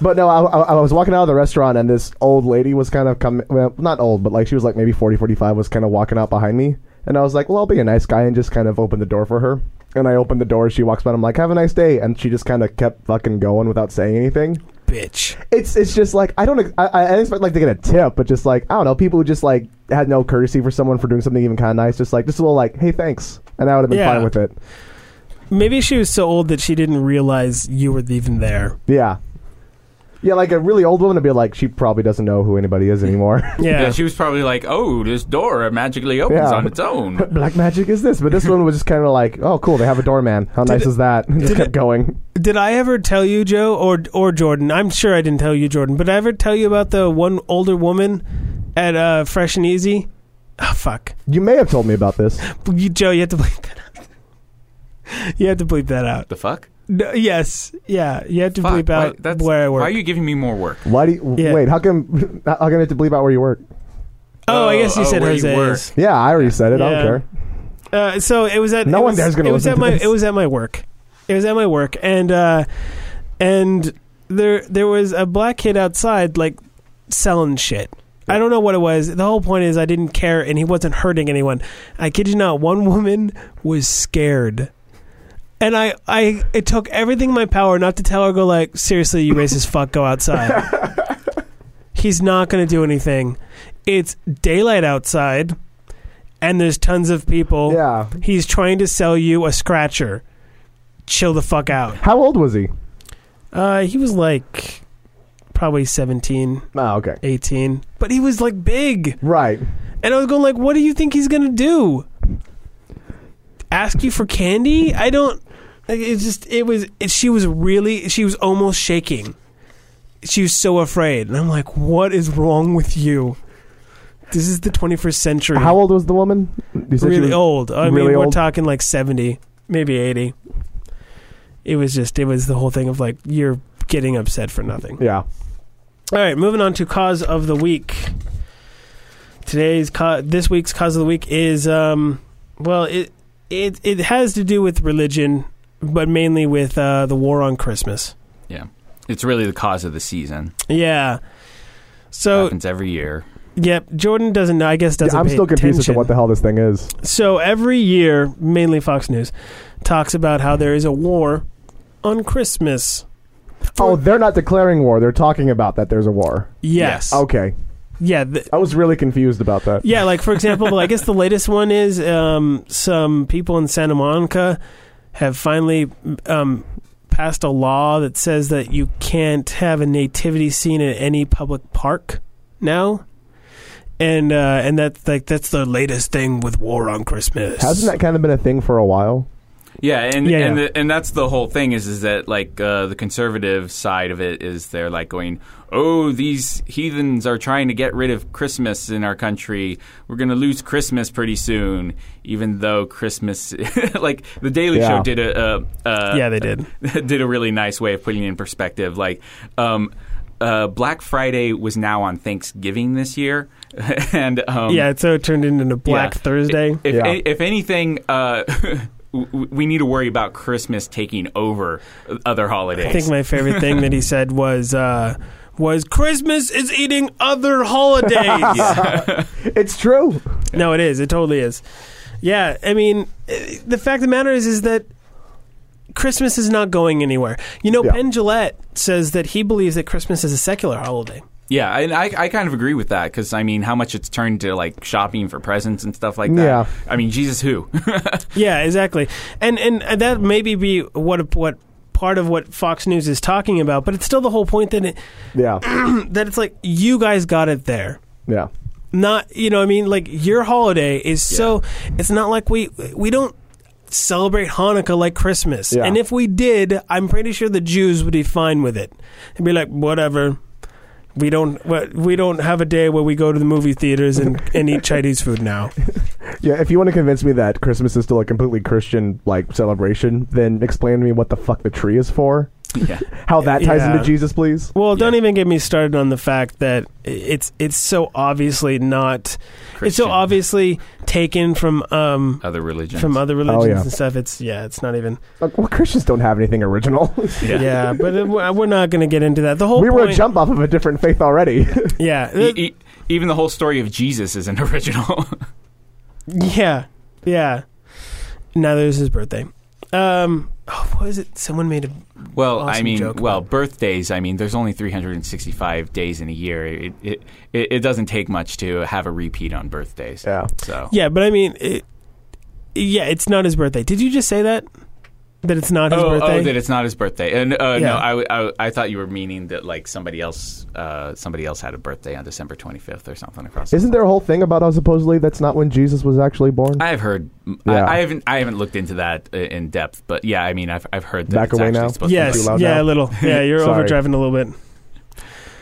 S3: But no, I, I, I was walking out of the restaurant and this old lady was kind of coming, well, not old, but like she was like maybe 40, 45, was kind of walking out behind me. And I was like, well, I'll be a nice guy and just kind of open the door for her. And I opened the door, she walks by, and I'm like, have a nice day. And she just kind of kept fucking going without saying anything.
S1: bitch.
S3: It's it's just like, I don't, ex- I, I didn't expect like to get a tip, but just like, I don't know, people who just like had no courtesy for someone for doing something even kind of nice, just like, just a little like, hey, thanks. And I would have been
S1: Yeah.
S3: fine with it.
S1: Maybe she was so old that she didn't realize you were even there.
S3: Yeah. Yeah, like a really old woman would be like, she probably doesn't know who anybody is [LAUGHS] anymore.
S1: Yeah.
S2: she was probably like, "Oh, this door magically opens
S3: Yeah.
S2: on
S1: [LAUGHS]
S2: its own."
S3: Black magic is this, but this one was just kind of like, oh, cool, they have a doorman. How nice
S1: it-
S3: is [LAUGHS] that? And just
S1: did
S3: kept
S1: it-
S3: going.
S1: Did I ever tell you, Joe, or or Jordan? I'm sure I didn't tell you, Jordan. But I ever tell you about the one older woman at uh, Fresh and Easy? Oh, fuck,
S3: You may have told me about this.
S1: you, Joe, you have to bleep that out. [LAUGHS] You have to bleep that out.
S2: The fuck?
S1: No, yes, yeah, you have to
S2: Fuck,
S1: bleep
S2: why-
S1: out where I work.
S2: Why are you giving me more work?
S3: Why do you
S1: Yeah.
S3: wait? How come? [LAUGHS] How come you have to bleep out where you work?
S1: oh, I
S2: Oh,
S1: guess you
S2: oh,
S1: said
S2: where you
S1: Jose's.
S3: Yeah, I already said it. I
S1: Yeah.
S3: don't care.
S1: Uh, so it was at
S3: No
S1: it
S3: one
S1: was-
S3: there's gonna
S1: it was
S3: listen
S1: at my
S3: to this.
S1: it was at my work. It was at my work, and uh, and there there was a black kid outside like selling shit. I don't know what it was. The whole point is I didn't care, and he wasn't hurting anyone. I kid you not. One woman was scared. And I, I, it took everything in my power not to tell her. Go like, seriously, you racist fuck, go
S3: [LAUGHS]
S1: outside. He's not going to do anything. It's daylight outside, and there's tons of people.
S3: Yeah.
S1: He's trying to sell you a scratcher. Chill the fuck out.
S3: How old was he?
S1: Uh, he was like probably 17,
S3: Oh, okay.
S1: 18, but he was like big.
S3: Right.
S1: And I was going like, what do you think he's going to do? Ask you for candy? I don't like it just it was it, she was really she was almost shaking. She was so afraid. And I'm like, what is wrong with you? This is the 21st century.
S3: How old was the woman? You said she
S1: really
S3: was-
S1: old. I
S3: really
S1: mean, we're
S3: old?
S1: talking like 70, maybe 80. It was just, it was the whole thing of like, you're getting upset for nothing.
S3: Yeah.
S1: All right, moving on to cause of the week. Today's, ca- this week's cause of the week is, um, well, it, it, it has to do with religion, but mainly with uh, the war on Christmas.
S2: It's really the cause of the season.
S1: Yeah. So,
S2: Happens every year.
S1: yep, Jordan doesn't know. I guess doesn't.
S3: Yeah, I'm
S1: pay
S3: still confused as to
S1: attention.
S3: what the hell this thing is.
S1: So every year, mainly Fox News talks about how there is a war on Christmas. For-
S3: Oh, they're not declaring war. They're talking about that there's a war.
S1: Yes.
S3: Okay.
S1: Yeah. th-
S3: I was really confused about that.
S1: yeah. Like for example, I guess the latest one is um, some people in Santa Monica have finally um, passed a law that says that you can't have a nativity scene at any public park now. And uh, and that's like that's the latest thing with war on Christmas.
S3: Hasn't that kind of been a thing for a while?
S2: Yeah, and
S1: Yeah,
S2: and
S1: yeah.
S2: The, and that's the whole thing is is that like uh, the conservative side of it is they're like going, oh, these heathens are trying to get rid of Christmas in our country. We're going to lose Christmas pretty soon, even though Christmas, [LAUGHS] like the Daily
S3: Yeah.
S2: Show did a, a, a
S1: Yeah, they did.
S2: [LAUGHS] did a really nice way of putting it in perspective. Like, um, uh, Black Friday was now on Thanksgiving this year, [LAUGHS] and um,
S1: yeah, so it turned into Black
S2: Yeah.
S1: Thursday.
S2: If,
S3: Yeah.
S2: a- if anything, uh, [LAUGHS] w- we need to worry about Christmas taking over other holidays.
S1: I think my favorite thing that he said was uh, was Christmas is eating other holidays.
S3: It's true.
S1: No, it is. It totally is. Yeah, I mean, eh, the fact of the matter is, is that Christmas is not going anywhere. You know,
S3: Yeah.
S1: Penn Gillette says that he believes that Christmas is a secular holiday.
S2: yeah, and I, I kind of agree with that because I mean, how much it's turned to like shopping for presents and stuff like that.
S3: Yeah.
S2: I mean, Jesus, who? [LAUGHS]
S1: Yeah, exactly. And and that maybe be what what part of what Fox News is talking about, but it's still the whole point that it,
S3: Yeah.
S1: that it's like you guys got it there.
S3: Yeah.
S1: not you know what I mean like your holiday is so it's not like we we don't celebrate Hanukkah like Christmas.
S3: Yeah.
S1: And if we did, I'm pretty sure the Jews would be fine with it. They'd be like whatever. We don't what- we don't have a day where we go to the movie theaters
S3: [LAUGHS]
S1: and, and eat Chinese food now.
S3: Yeah, if you want to convince me that Christmas is still a completely Christian like celebration, then explain to me what the fuck the tree is for.
S2: yeah.
S3: How that ties
S1: Yeah.
S3: into Jesus, please.
S1: Well, don't
S2: Yeah.
S1: even get me started on the fact that i- it's it's so obviously not. It's so
S2: Christian,
S1: obviously taken from um
S2: Other religions. E,
S1: from other religions
S3: Oh, yeah.
S1: and stuff. It's yeah, it's not even
S3: Like, well, Christians don't have anything original.
S1: yeah. but it, we're we're not going to get into that. The whole
S3: [LAUGHS] we were a
S1: point-
S3: jump off of a different faith already. [LAUGHS]
S1: Yeah,
S2: E- e- even the whole story of Jesus isn't [LAUGHS] original.
S1: Yeah, yeah. Neither's his birthday. Um, oh, what is it? Someone made a
S2: well, I
S1: Awesome
S2: mean,
S1: joke,
S2: well,
S1: but-
S2: birthdays. I mean, there's only 365 days in a year. It it, it it doesn't take much to have a repeat on birthdays.
S3: yeah.
S2: So
S1: yeah, but I mean, it, yeah, it's not his birthday. Did you just say that? That it's not his
S2: oh,
S1: birthday.
S2: oh, that it's not his birthday. And uh,
S1: Yeah.
S2: no, I, w- I w- I thought you were meaning that like somebody else uh, somebody else had a birthday on December 25th or something across. the
S3: Isn't there a whole thing about how supposedly that's not when Jesus was actually born?
S2: I've heard.
S3: Yeah.
S2: I, I haven't. I haven't looked into that uh, in depth, but yeah, I mean, I've I've heard that
S3: Back
S2: it's
S3: away
S2: actually
S3: now?
S2: supposed
S3: Too
S1: yes,
S3: loud
S1: yeah,
S3: now?
S1: a
S3: [LAUGHS]
S1: little. Yeah, you're
S3: Sorry.
S1: overdriving a little bit.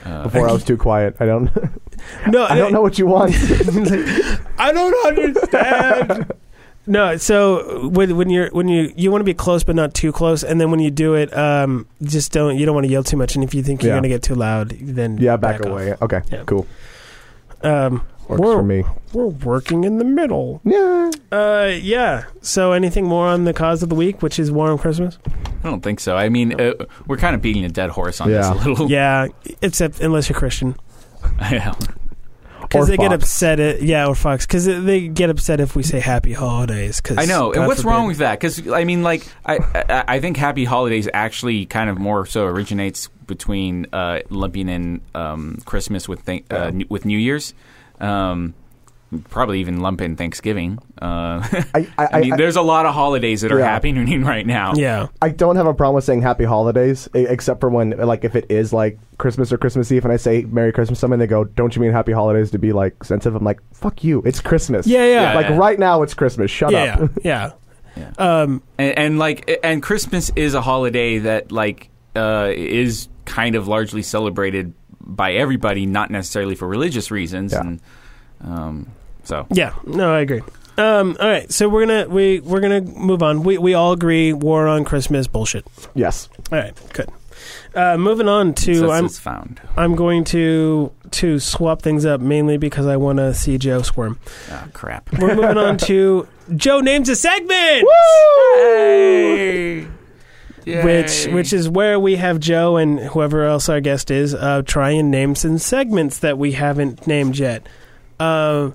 S2: to. Uh,
S3: Before I was too quiet. I don't. [LAUGHS]
S1: No,
S3: I don't know what you want.
S1: [LAUGHS] I don't understand. no, so when, when you're when you you want to be close but not too close, and then when you do it, um, just don't you don't want to yell too much, and if you think you're
S3: Yeah.
S1: going to get too loud, then
S3: yeah, back,
S1: off.
S3: away. Okay,
S1: Yeah.
S3: cool.
S1: Um,
S3: Works
S1: Whoa.
S3: for me.
S1: we're working in the middle.
S3: Yeah.
S1: Uh, yeah. So, anything more on the cause of the week, which is war on Christmas?
S2: I don't think so. I mean, uh, we're kind of beating a dead horse on
S3: Yeah.
S2: this a little.
S1: yeah, except unless you're Christian,
S2: [LAUGHS] Yeah.
S1: because
S3: Or
S1: they get
S3: Fox.
S1: upset. At, yeah, or Fox, because they get upset if we say Happy Holidays. Cause
S2: I know.
S1: God
S2: and what's
S1: forbid.
S2: wrong with that? Because I mean, like, I, I I think Happy Holidays actually kind of more so originates between uh, lumping in um, Christmas with th- uh, n- with New Year's. Um, Probably even lump in Thanksgiving. Uh, [LAUGHS]
S3: I, I,
S2: I mean,
S3: I,
S2: there's a lot of holidays that are
S3: Yeah.
S2: happening [LAUGHS] right now.
S1: Yeah,
S3: I don't have a problem with saying happy holidays, e- except for when, like, if it is like Christmas or Christmas Eve, and I say Merry Christmas, to someone they go, "Don't you mean happy holidays?" To be like sensitive, I'm like, "Fuck you! It's Christmas."
S1: yeah, yeah,
S2: Yeah.
S3: Like right now, it's Christmas. Shut
S1: yeah, [LAUGHS]
S3: up.
S1: yeah.
S2: Yeah.
S1: Um,
S2: and, and like and Christmas is a holiday that like uh, is kind of largely celebrated by everybody, not necessarily for religious reasons.
S3: Yeah.
S2: And um, so
S1: yeah. No, I agree. Um, all right, so we're gonna we we're gonna move on. We we all agree war on Christmas bullshit.
S3: [LAUGHS] yes.
S1: All right, good. Uh, moving on to
S2: that's
S1: I'm
S2: what's found.
S1: I'm going to to swap things up mainly because I want to see Joe squirm.
S2: Oh, crap.
S1: We're moving on to Joe names a segment,
S2: Yay!
S1: which which is where we have Joe and whoever else our guest is uh, try and name some segments that we haven't named yet. Uh,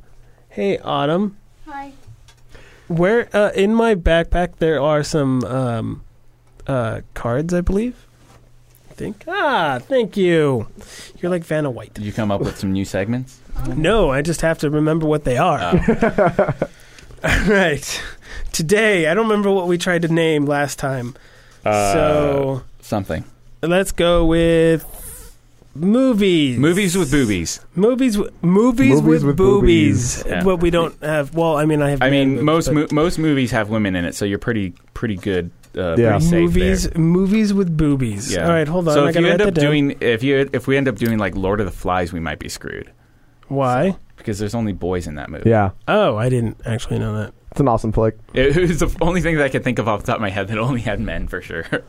S1: hey, Autumn,
S5: Hi.
S1: where uh, in my backpack there are some um, uh, cards, I believe. I think ah, thank you. You're like Vanna White.
S2: Did you come up with some new segments?
S1: No, I just have to remember what they are.
S2: Ah.
S1: [LAUGHS] All right. Today, I don't remember what we tried to name last time.
S2: Uh,
S1: so
S2: something.
S1: let's go with movies.
S2: Movies with boobies.
S1: Movies. W- movies,
S3: Movies
S1: with,
S3: with
S1: boobies.
S3: boobies.
S2: Yeah.
S1: What we don't have. Well, I mean, I have.
S2: I
S1: man
S2: mean,
S1: boobs,
S2: most
S1: but
S2: mo- most movies have women in it, so you're pretty pretty good. Uh,
S3: Yeah.
S2: pretty safe there.
S1: movies. Movies with boobies.
S2: Yeah.
S1: All right, hold on.
S2: So
S1: I
S2: if
S1: gotta
S2: you end
S1: write
S2: up
S1: that down.
S2: doing, if you if we end up doing like Lord of the Flies, we might be screwed
S1: why?
S2: because there's only boys in that movie.
S3: Yeah.
S1: Oh, I didn't actually know that.
S3: It's an awesome flick.
S2: It was the only thing that I could think of off the top of my head that only had men for sure, [LAUGHS] or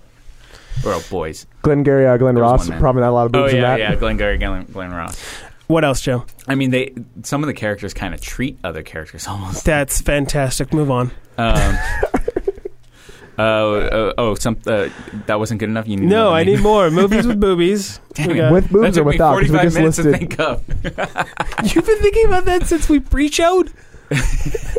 S2: oh, boys.
S3: Glenn Gary, uh, Glenn
S2: There's
S3: Ross.
S2: one man.
S3: Probably not a lot of
S2: Oh
S3: boobs in
S2: yeah,
S3: that.
S2: yeah, Glenn Gary, Glenn, Glenn Ross.
S1: What else, Joe?
S2: I mean, they some of the characters kind of treat other characters [LAUGHS] almost.
S1: That's fantastic. Move on.
S2: Um, [LAUGHS] uh, uh, oh, some uh, that wasn't good enough. You need
S1: No,
S2: another
S1: I
S2: name? [LAUGHS]
S1: need more movies with boobies.
S2: Damn
S1: We
S2: it.
S1: got-
S3: With
S2: That
S3: boobs or
S2: took me
S3: without? 'Cause we
S2: 45
S3: just
S2: minutes to
S3: listed.
S2: think of.
S1: [LAUGHS] You've been thinking about that since we pre-showed. [LAUGHS]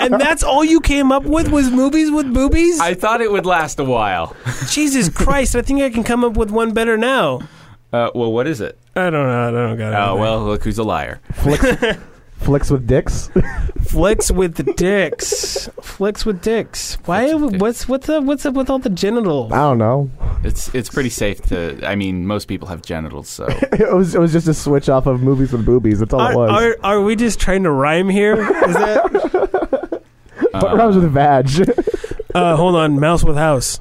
S1: and that's all you came up with was movies with boobies?
S2: I thought it would last a while.
S1: Jesus Christ, I think I can come up with one better now.
S2: Uh, well, what is it?
S1: I don't know. I don't got it.
S2: Oh, well, look who's a liar.
S3: Flicks, flicks with dicks.
S1: Flicks with the dicks. Flicks with dicks. Why?
S2: with dicks.
S1: What's what's up? What's up with all the genitals?
S3: I don't know. [LAUGHS]
S2: It's it's pretty safe to. I mean, most people have
S1: [LAUGHS]
S2: genitals, so
S3: It was it was just a switch off of movies with boobies. That's all it
S1: Are,
S3: was.
S1: are, are we just trying to rhyme here? Is that?
S3: but
S2: um,
S3: rhymes with vag. [LAUGHS]
S1: uh, hold on. Mouse with house.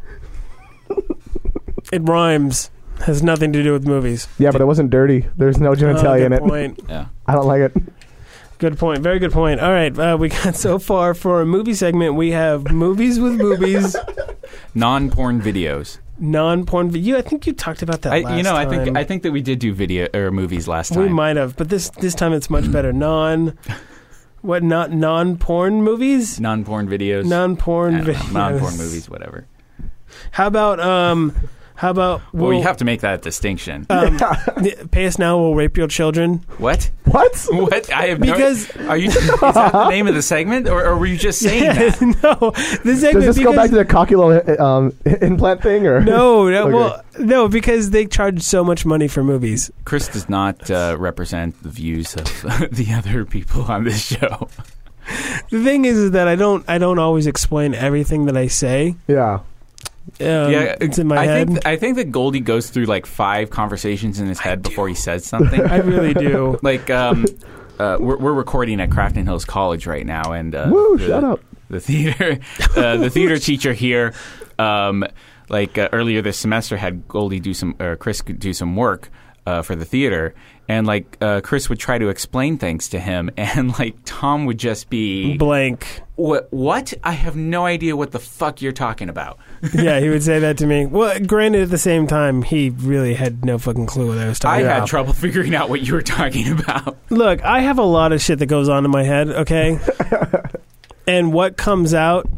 S1: It rhymes. Has nothing to do with movies.
S3: yeah, but it wasn't dirty. There's no genitalia
S1: Oh,
S3: in
S1: good
S3: it.
S1: Point.
S2: yeah.
S3: I don't like it.
S1: Good point. Very good point. All right, uh, we [LAUGHS] got so
S2: [LAUGHS]
S1: far for a movie segment. We have movies with boobies,
S2: Non-porn videos.
S1: non-porn video. I think you talked about that.
S2: I,
S1: last
S2: you know, I
S1: time.
S2: think I think that we did do video or movies last time.
S1: we might have, but this this time it's much better.
S2: [LAUGHS]
S1: Non, what not non-porn movies?
S2: non-porn videos,
S1: Non-porn
S2: I don't know,
S1: videos.
S2: non-porn movies, whatever.
S1: How about um? How about
S2: Well,
S1: we'll-
S2: you have to make that distinction.
S1: um, [LAUGHS] n- pay us now. We'll rape your children. [LAUGHS]
S2: what?
S3: [LAUGHS] What?
S2: What? I have
S1: Because-
S2: no, are you? Is
S1: [LAUGHS]
S2: that the name of the segment, or, or were you just saying that?
S1: no, this segment
S3: Does this go
S1: because-
S3: back to the coccular um, [LAUGHS] implant thing,
S1: [LAUGHS]
S3: or
S1: no, no,
S3: Okay.
S1: well, no, because they charge so much money for movies.
S2: Chris does not uh, represent the views of [LAUGHS] the other people on this show.
S1: The thing is, is that I don't, I don't always explain everything that I say.
S3: [LAUGHS] Yeah,
S1: Um, it's in my
S2: I
S1: head.
S2: Think I think that Goldie goes through like five conversations in his head before he says something.
S1: [LAUGHS] I really
S2: [LAUGHS]
S1: do.
S2: like um, uh, we're, we're recording at Crafton Hills College right now, and uh,
S3: woo!
S2: the,
S3: Shut up.
S2: the theater
S3: [LAUGHS]
S2: uh, the theater teacher here. Um, like uh, earlier this semester, had Goldie do some or Chris could do some work uh, for the theater, and like uh, Chris would try to explain things to him, [LAUGHS] and like Tom would just be
S1: Blank.
S2: what? What? I have no idea what the fuck you're talking about.
S1: Yeah, he would say that to me. Well, granted, at the same time, he really had no fucking clue what I was
S2: I
S1: talking
S2: had
S1: about.
S2: trouble [LAUGHS] figuring out what you were talking about.
S1: Look, I have a lot of shit that goes on in my head, okay? and what comes out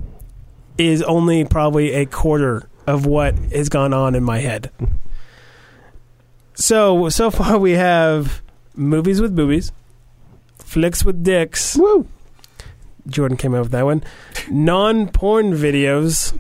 S1: is only probably a quarter of what has gone on in my head. So, so far we have movies with boobies, flicks with dicks.
S3: Woo!
S1: Jordan came up with that one. Non porn videos.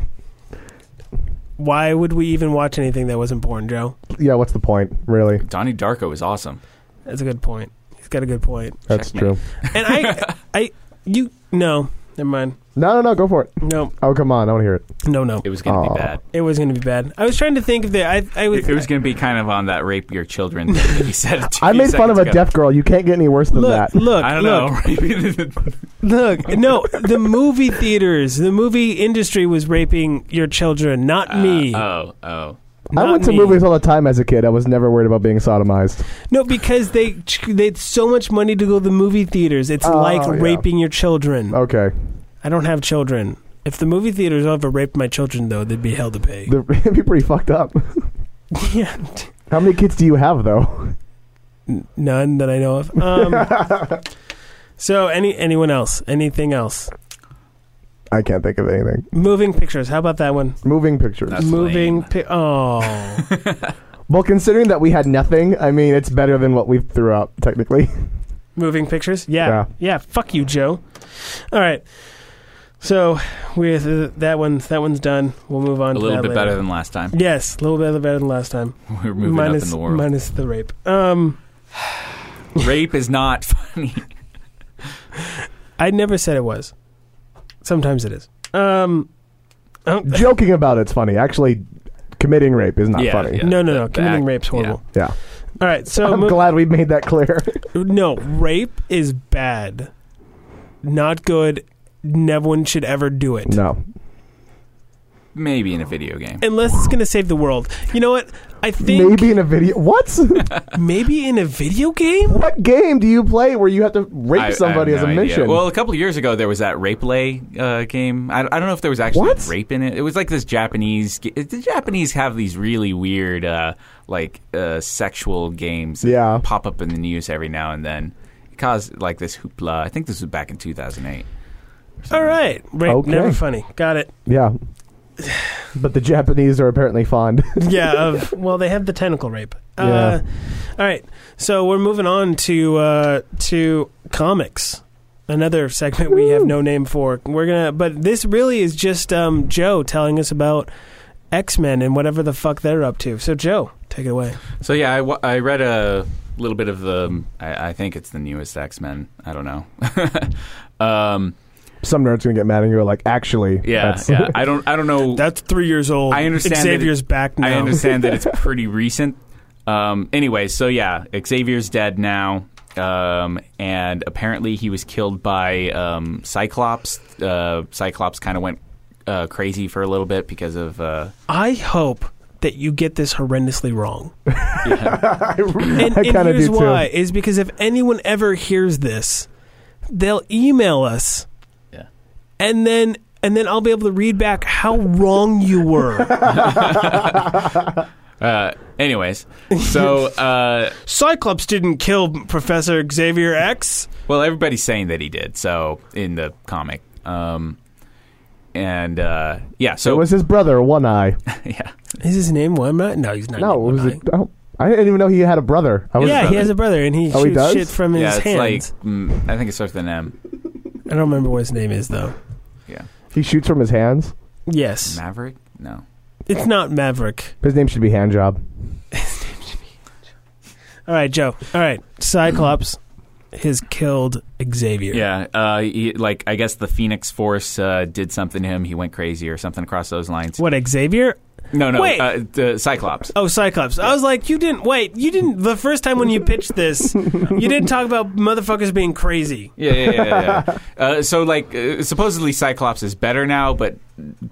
S1: Why would we even watch anything that wasn't porn, Joe?
S3: Yeah, what's the point, really?
S2: Donnie Darko is awesome.
S1: That's a good point. He's got a good point.
S3: That's
S2: Checkmate.
S3: true.
S1: And I, I, you, no, never mind.
S3: No, no, no. Go for it.
S1: No,
S3: Oh, come on! I want to hear it.
S1: no, no.
S2: It was going to
S3: Aw.
S2: be bad.
S1: It was going to be bad. I was trying to think of the. I, I was.
S2: It, it was going to be kind of on that rape your children thing that you
S3: [LAUGHS]
S2: said. a
S3: I
S2: few
S3: made fun
S2: seconds
S3: of a
S2: ago.
S3: deaf girl. You can't get any worse than
S1: look,
S3: that.
S1: look,
S2: I don't
S1: look,
S2: [LAUGHS] know.
S1: look. No, the movie theaters, the movie industry was raping your children, not me.
S2: Oh, oh.
S1: Not
S3: I went to
S1: me.
S3: movies all the time as a kid. I was never worried about being sodomized.
S1: No, because they they had so much money to go to the movie theaters. It's
S3: Oh,
S1: like
S3: yeah.
S1: raping your children.
S2: Oh.
S3: Okay.
S1: I don't have children. If the movie theaters ever raped my children, though, they'd be hell to pay.
S3: The- [LAUGHS] It'd be pretty fucked up.
S1: [LAUGHS] yeah,
S3: How many kids do you have, though? [LAUGHS]
S1: N- none that I know of.
S2: [LAUGHS]
S1: Um, so, any anyone else? Anything else?
S3: I can't think of anything.
S1: Moving pictures. How about that one?
S3: Moving pictures.
S2: That's
S1: Moving.
S2: lame.
S1: Pi- oh.
S2: [LAUGHS]
S3: Well, considering that we had nothing, I mean, it's better than what we threw up, technically. [LAUGHS]
S1: Moving pictures? Yeah.
S3: Yeah.
S1: Yeah. Fuck you, Joe. All right. So we that one that one's done. We'll move on. to
S2: A little
S1: that
S2: bit
S1: later.
S2: better than last time. [LAUGHS]
S1: Yes, a little bit better than last time.
S2: We're moving
S1: minus
S2: up in the world.
S1: minus the rape. Um,
S3: [LAUGHS]
S2: Rape is not [LAUGHS] funny.
S1: I never said it was. Sometimes it is. Um, oh,
S3: Joking about it's funny. Actually, committing rape is not
S2: Yeah,
S3: funny.
S2: yeah.
S1: no, no, no.
S2: the- the
S1: Committing
S2: act-
S1: rape's horrible.
S3: yeah.
S1: All right. So
S3: I'm
S1: mo-
S3: glad we made that clear.
S1: no, rape is bad. Not good. No one should ever do it.
S3: [LAUGHS] no.
S2: Maybe in a video game.
S1: Unless it's going to save the world. You know what? I think
S3: Maybe in a video. What? [LAUGHS]
S1: maybe in a video game.
S3: what game do you play where you have to rape
S2: I- I have
S3: somebody as
S2: no
S3: a
S2: idea.
S3: mission?
S2: Well, a couple of years ago, there was that rape lay uh, game. I, I don't know if there was actually
S3: What?
S2: rape in it. It was like this Japanese. ga- The Japanese have these really weird, uh, like uh, sexual games. that
S3: Yeah.
S2: pop up in the news every now and then. It caused like this hoopla. I think this was back in 2008.
S1: All right. Rape,
S3: Okay.
S1: never funny. Got it.
S3: yeah. But the Japanese are apparently fond. [LAUGHS]
S1: Yeah. Of, well, they have the tentacle rape. Uh,
S3: Yeah.
S1: all right. So we're moving on to uh, to comics. Another segment we have no name for. We're gonna, but this really is just um, Joe telling us about X Men and whatever the fuck they're up to. So Joe, take it away.
S2: So yeah, I, wa- I read a little bit of the. um, I, I think it's the newest X Men. I don't know. [LAUGHS] um,
S3: Some nerd's gonna get mad and you're like, actually,
S2: yeah,
S3: that's-
S2: yeah. I don't. I don't
S1: [LAUGHS]
S2: know.
S1: That's three years old.
S2: I understand that it-
S1: Xavier's back now.
S2: I understand that it's pretty recent. Um, anyway, so yeah, Xavier's dead now, um, and apparently he was killed by um, Cyclops. Uh, Cyclops kind of went uh, crazy for a little bit because of. Uh,
S1: I hope that you get this horrendously wrong.
S3: [LAUGHS] [LAUGHS] I,
S1: And, and
S3: kind of
S1: here's
S3: do
S1: why
S3: too.
S1: is because if anyone ever hears this, they'll email us,
S2: Yeah.
S1: and then and then I'll be able to read back how wrong you
S2: [LAUGHS]
S1: were.
S2: Uh, anyways, so uh,
S1: Cyclops didn't kill Professor Xavier X.
S2: well, everybody's saying that he did. So in the comic, um, and uh, yeah,
S3: It
S2: so
S3: was his brother, One Eye.
S2: [LAUGHS] yeah,
S1: Is his name One Eye? No, he's not.
S3: No, it
S1: named One
S3: was.
S1: Eye.
S3: A, I, don't, I didn't even know he had a brother. I was,
S1: yeah, he has a brother, and he
S3: Oh, he
S1: shoots
S3: does?
S1: shit from his
S2: yeah, it's
S1: hands.
S2: like mm, I think it starts with an M.
S1: I don't remember what his name is though.
S2: Yeah,
S3: He shoots from his hands.
S1: Yes,
S2: Maverick. No,
S1: it's not Maverick.
S3: His name should be Handjob.
S1: All right, Joe. All right, Cyclops has killed Xavier.
S2: yeah, uh, he, like I guess the Phoenix Force uh, did something to him. He went crazy or something across those lines.
S1: What Xavier?
S2: No, no,
S1: Wait.
S2: Uh, the Cyclops.
S1: Oh, Cyclops. I was like, you didn't wait. You didn't the first time when you pitched this. you didn't talk about motherfuckers being crazy.
S2: Yeah, yeah, yeah.
S1: [LAUGHS]
S2: yeah, yeah. uh, so, like, uh, supposedly Cyclops is better now, but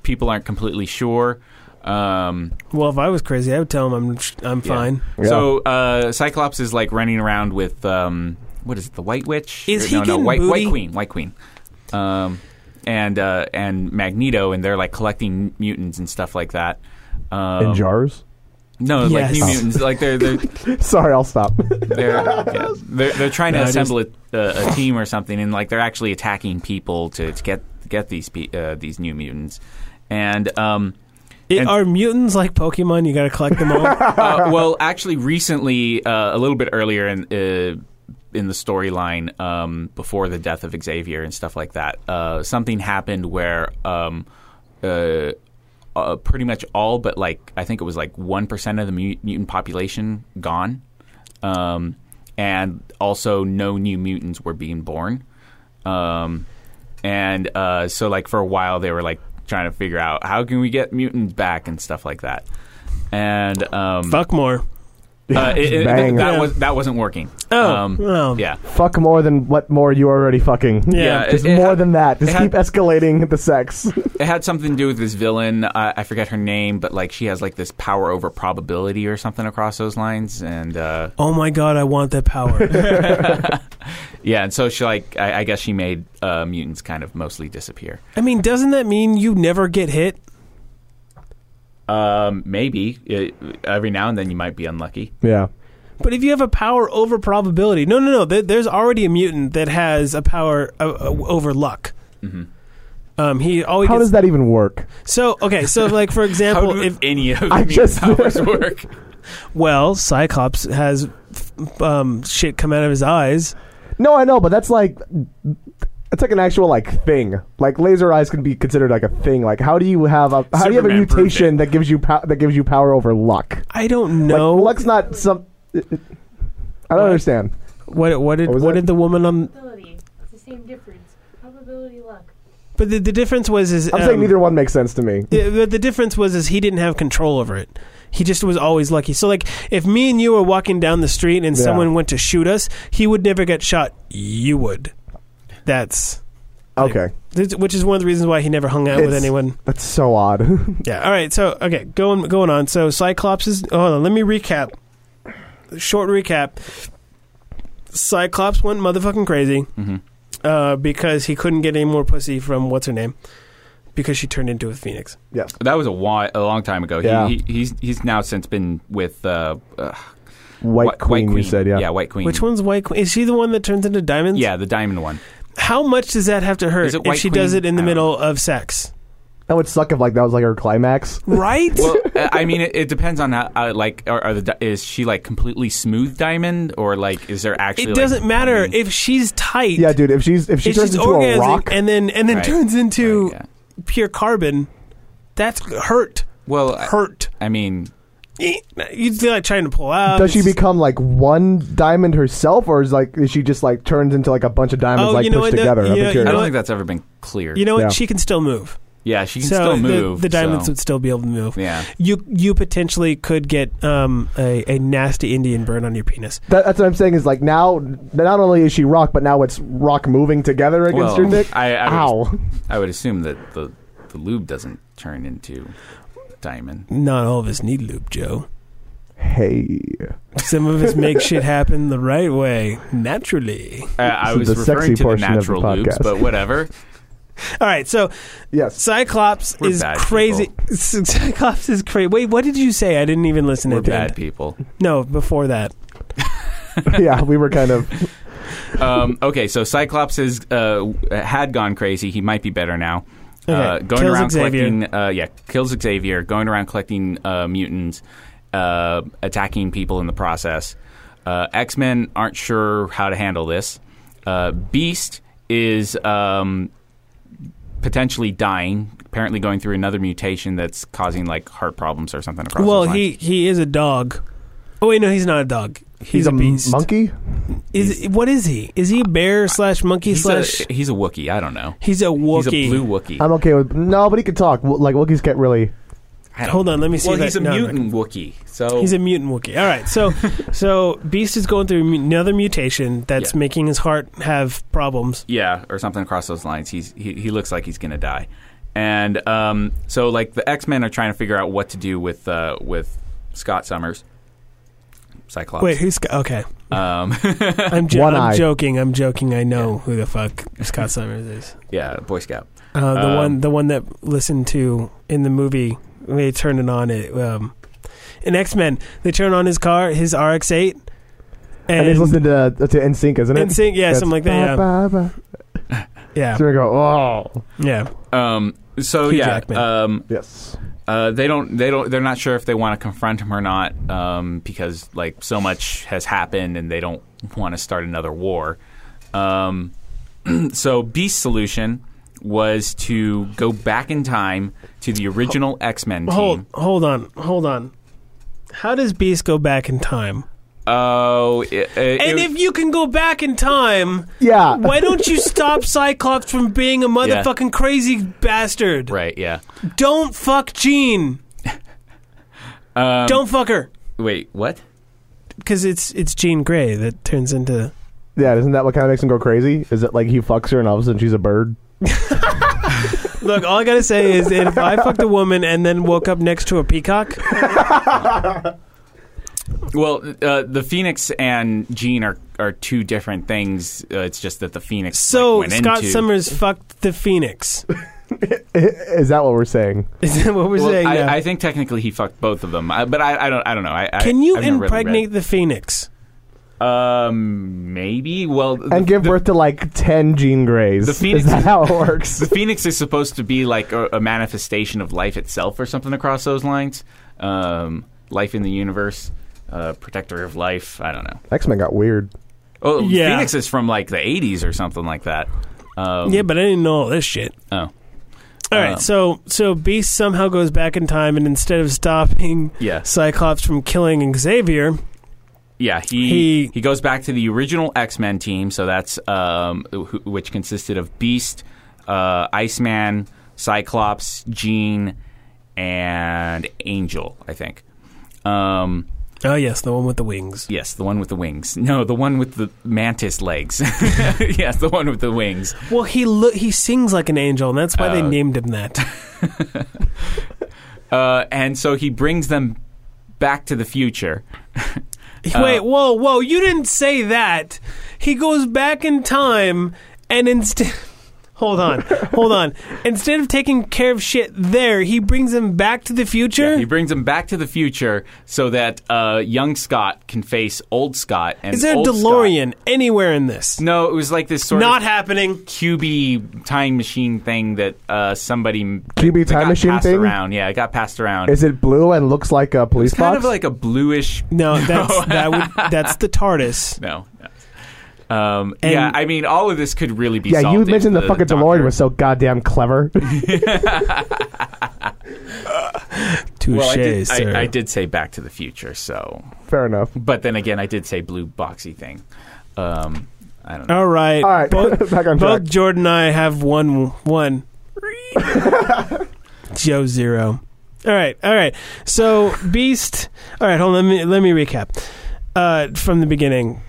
S2: people aren't completely sure. Um,
S1: Well, if I was crazy, I would tell him I'm I'm
S2: Yeah.
S1: fine.
S2: So uh, Cyclops is like running around with um, what is it, the White Witch?
S1: Is
S2: Or-
S1: he
S2: no, no,
S1: getting
S2: White,
S1: booty?
S2: White Queen, White Queen, um, and uh, and Magneto, and they're like collecting mutants and stuff like that. Um,
S3: in jars. [LAUGHS]
S2: No, like
S1: Yes.
S2: new mutants. Like they're they're
S3: Sorry, I'll stop.
S2: they're, yeah, they're, they're trying to
S1: No, I just-
S2: assemble a, a, a team or something, and like they're actually attacking people to, to get get these pe- uh, these new mutants. And um,
S1: It,
S2: And-
S1: are mutants like Pokemon? You got to collect them
S2: [LAUGHS]
S1: all.
S2: uh, well, actually, recently, uh, a little bit earlier in uh, in the storyline, um, before the death of Xavier and stuff like that, uh, something happened where um, uh, uh, pretty much all but like I think it was like one percent of the mu- mutant population gone, um, and also no new mutants were being born. Um, and uh, so, like for a while, they were like trying to figure out how can we get mutants back and stuff like that. And um,
S1: Fuck more.
S2: uh, it, it-
S3: Bang.
S2: that
S1: Yeah.
S2: was that wasn't working.
S1: Oh,
S2: Um,
S1: well.
S2: yeah,
S3: Fuck more than what more you are already fucking.
S1: Yeah,
S2: it-
S3: Just
S2: it
S3: more
S2: had-
S3: than that. Just
S2: it
S3: keep
S2: had-
S3: escalating
S2: [LAUGHS]
S3: the sex.
S2: It had something to do with this villain. I, I forget her name, but like she has like this power over probability or something across those lines. And uh,
S1: Oh my god, I want that power.
S2: yeah, and so she like I, I guess she made uh, mutants kind of mostly disappear.
S1: I mean, doesn't that mean you never get hit?
S2: Um, maybe it, every now and then you might be unlucky.
S3: yeah.
S1: But if you have a power over probability, no, no, no. There, there's already a mutant that has a power uh, uh, over luck.
S2: Mm-hmm.
S1: Um, he always
S3: How
S1: gets,
S3: does that even work?
S1: so okay. So like for
S2: How
S1: example,
S2: do
S1: if
S2: any of
S3: I
S2: the
S3: just-
S2: mutant
S3: [LAUGHS]
S2: powers work?
S1: well, Cyclops has f- um, shit come out of his eyes.
S3: No, I know, but that's like it's like an actual like thing. Like laser eyes can be considered like a thing. Like how do you have a how do you have a
S2: Superman proved
S3: mutation that gives you pow- that gives you power over luck?
S1: I don't know.
S3: Like, luck's not some. I don't
S1: What?
S3: understand.
S1: what what did what,
S3: What was that?
S1: did the woman on?
S6: Probability. It's the same difference. Probability luck.
S1: But the, the difference was is
S3: I'm
S1: um,
S3: saying neither one makes sense to me.
S1: the, the- the difference was is he didn't have control over it. He just was always lucky. So like if me and you were walking down the street and
S3: Yeah.
S1: someone went to shoot us, he would never get shot. You would. That's
S3: Okay,
S1: this- which is one of the reasons why he never hung out with
S3: It's-
S1: anyone.
S3: that's so odd. [LAUGHS]
S1: Yeah. All right. So okay, going going on. So Cyclops is. Hold on. Let me recap. Short recap. Cyclops went motherfucking crazy
S2: Mhm.
S1: uh, because he couldn't get any more pussy from what's her name because she turned into a phoenix.
S2: That was a while, a long time ago.
S3: Yeah.
S2: He, he, he's he's now since been with uh, uh,
S3: White, Queen,
S2: Queen.
S3: you said, yeah.
S2: yeah, White Queen.
S1: Which one's White Queen? Is she the one that turns into diamonds?
S2: Yeah, the diamond one.
S1: How much does that have to hurt
S2: Is it
S1: if
S2: White
S1: she does
S2: Queen?
S1: it in the
S2: I don't
S1: middle of
S2: [LAUGHS]
S1: sex?
S3: That would suck if like that was like her climax.
S1: Right?
S2: Well, I I mean, it, it depends on how, uh, like, are, are the di- is she like completely smooth diamond or like is there actually?
S1: it doesn't
S2: like,
S1: matter
S2: diamond-
S1: if she's tight.
S3: Yeah, dude. If she's if she
S1: if
S3: turns
S1: she's
S3: into a
S1: orgasming
S3: rock,
S1: and then and then
S2: Right.
S1: turns into
S2: Right, yeah.
S1: pure carbon, that's hurt.
S2: Well, I,
S1: Hurt.
S2: I mean,
S1: Eh, You'd be like trying to pull out.
S3: does she
S1: Um, It's-
S3: become like one diamond herself, or is like is she just like turns into like a bunch of diamonds
S1: Oh,
S3: like
S1: you know
S3: pushed
S1: what, no,
S3: together?
S1: you
S3: I'm
S1: know- you
S2: I
S3: curious.
S2: don't
S1: what?
S2: think that's ever been clear.
S1: You know what?
S3: Yeah.
S1: She can still move.
S2: yeah, she can
S1: so the-
S2: still move.
S1: The, diamonds
S2: so-
S1: would still be able to move.
S2: yeah,
S1: You you potentially could get um, a, a nasty Indian burn on your penis.
S3: That, that's what I'm saying is like now, not only is she rock, but now it's rock moving together against
S2: Well,
S3: your dick.
S2: I- I was-
S3: Ow.
S2: I would assume that the the lube doesn't turn into diamond.
S1: Not all of us need loop, Joe.
S3: Hey.
S1: Some of us make shit happen the right way, naturally.
S2: Uh, I
S3: This
S2: was
S3: is the
S2: referring
S3: sexy
S2: to the
S3: portion of the
S2: natural lubes,
S1: [LAUGHS]
S3: podcast.
S2: but whatever.
S1: All right, so [LAUGHS]
S3: Yes. [LAUGHS]
S1: Cyclops
S2: We're
S1: is
S2: bad
S1: crazy. [LAUGHS] Cyclops is crazy. Wait, what did you say? I didn't even listen
S2: We're
S1: at the
S2: bad
S1: end.
S2: people.
S1: No, before that.
S3: yeah, we were kind of.
S2: Um, okay, so Cyclops is, uh, had gone crazy. He might be better now. Uh,
S1: Okay,
S2: going
S1: kills
S2: around
S1: Xavier.
S2: collecting, uh, yeah, kills Xavier. Going around collecting uh, mutants, uh, attacking people in the process. Uh, X Men aren't sure how to handle this. Uh, Beast is um, potentially dying. Apparently, going through another mutation that's causing like heart problems or something. Across
S1: Well,
S2: those lines.
S1: he he is a dog. Oh wait, no, he's not a dog. He's,
S3: He's
S1: a,
S3: a m-
S1: beast.
S3: monkey.
S1: Is what is he? Is he a bear slash monkey
S2: he's
S1: slash?
S2: a he's a Wookie. I don't know.
S1: he's a Wookie.
S2: He's a blue Wookie.
S3: I'm okay with no, but he could talk. W- Like Wookiees can't really.
S2: I don't-
S1: Hold on, let me see.
S2: Well,
S1: if I-
S2: he's a
S1: no, no.
S2: mutant Wookie. So
S1: He's a mutant Wookiee. All right, [LAUGHS] so so Beast is going through mu- another mutation that's
S2: Yeah.
S1: making his heart have problems.
S2: yeah, or something across those lines. He's he, he looks like he's gonna die, and um, so like the X Men are trying to figure out what to do with uh, with Scott Summers, Cyclops.
S1: Wait, who's Sc- okay?
S2: Um, [LAUGHS]
S1: I'm, jo-
S3: One
S1: I'm
S3: eye.
S1: joking. I'm joking. I know who the fuck Scott Summers is.
S2: yeah, Boy Scout.
S1: Uh, the
S2: Um,
S1: one the one that listened to in the movie when they turned it on it um, in X Men they turn on his car his RX eight
S3: And, he's listening to uh, to NSYNC, isn't it?
S1: NSYNC, yeah, something like that,
S3: Ba, ba,
S1: yeah
S3: ba. So we go. Oh,
S1: yeah
S2: Um, so
S1: Hugh
S2: yeah,
S1: Jackman.
S2: um,
S3: yes.
S2: Uh, they don't. They don't. They're not sure if they want to confront him or not um, because like so much has happened and they don't want to start another war. Um, [CLEARS THROAT] so Beast's solution was to go back in time to the original X Men
S1: hold
S2: team.
S1: hold on hold on how does Beast go back in time
S2: Oh, it- it-
S1: and
S2: it-
S1: if you can go back in time
S3: Yeah.
S1: why don't
S2: [LAUGHS]
S1: you stop Cyclops from being a motherfucking crazy bastard
S2: right, yeah.
S1: don't fuck Jean
S2: Um,
S1: don't fuck her
S2: wait. What?
S1: because it's it's Jean Grey that turns into
S3: Yeah, isn't that what kind of makes him go crazy? Is that like he fucks her and all of a sudden she's a bird?
S1: Look, all I gotta say is that if
S2: [LAUGHS]
S1: I fucked a woman and then woke up next to a peacock,
S2: Well, uh, the Phoenix and Jean are are two different things. Uh, it's just that the Phoenix
S1: so
S2: like, went
S1: Scott
S2: into,
S1: Summers fucked the phoenix. [LAUGHS]
S3: Is that what we're saying?
S1: Is that what we're
S2: Well,
S1: saying?
S2: I,
S1: now?
S2: I think technically he fucked both of them, I, but I, I don't. I don't know. I, I-
S1: Can you
S2: I've never really read.
S1: impregnate the phoenix?
S2: um, maybe. Well, the,
S3: And give
S2: the,
S3: birth to like ten Jean Greys.
S2: The Phoenix-
S3: Is that how it works? [LAUGHS]
S2: the phoenix is supposed to be like a, a manifestation of life itself, or something across those lines. Um, life in the universe, uh, protector of life. I don't know.
S3: X Men got weird.
S2: Oh,
S1: Yeah.
S2: phoenix is from like the '80s or something like that. Um,
S1: yeah, but I didn't know all this shit.
S2: Oh,
S1: All right,
S2: Um,
S1: so so Beast somehow goes back in time, and instead of stopping
S2: yeah,
S1: Cyclops from killing Xavier,
S2: yeah. He
S1: He-
S2: he, goes back to the original X Men team. So that's um, wh- which consisted of Beast, uh, Iceman, Cyclops, Jean, and Angel. I think. Um,
S1: oh yes, the one with the wings.
S2: Yes, the one with the wings. No, the one with the mantis legs. [LAUGHS] yes, the one with the wings.
S1: Well, he lo- he sings like an angel, and that's why they
S2: Uh,
S1: named him
S2: [LAUGHS]
S1: that.
S2: Uh, and so he brings them back to the future. Oh.
S1: Wait, whoa, whoa! You didn't say that. He goes back in time, and instead, [LAUGHS] hold on, hold on. Instead of taking care of shit there, he brings him back to the future.
S2: He brings them back to the future so that uh, young Scott can face old Scott. And
S1: Is there a
S2: old
S1: DeLorean
S2: Scott-
S1: anywhere in this?
S2: No, it was like this sort
S1: Not
S2: of
S1: happening.
S2: QB time machine thing that uh, somebody
S3: QB
S2: that
S3: time
S2: got
S3: machine
S2: passed
S3: thing?
S2: around. Yeah, it got passed around.
S3: Is it blue and looks like a police
S2: it's kind
S3: box?
S2: of like a bluish [LAUGHS]
S1: No, that's that would that's the TARDIS.
S2: No. Um,
S1: And-
S2: yeah, I mean, all of this could really be.
S3: yeah,
S2: solved
S3: you
S2: if
S3: mentioned the,
S2: the
S3: fucking
S2: doctor-
S3: DeLorean was so goddamn clever.
S1: Touche,
S2: Well, I did,
S1: sir.
S2: I, I did say Back to the Future, so.
S3: [LAUGHS] Fair enough.
S2: But then again, I did say blue boxy thing. Um, I don't know.
S1: All right,
S3: All right,
S1: Both,
S3: [LAUGHS] back on track.
S1: both Jordan and I have one
S3: [LAUGHS]
S1: one. Joe zero. All right, all right. So Beast. All right, hold on. Let me let me recap uh, from the beginning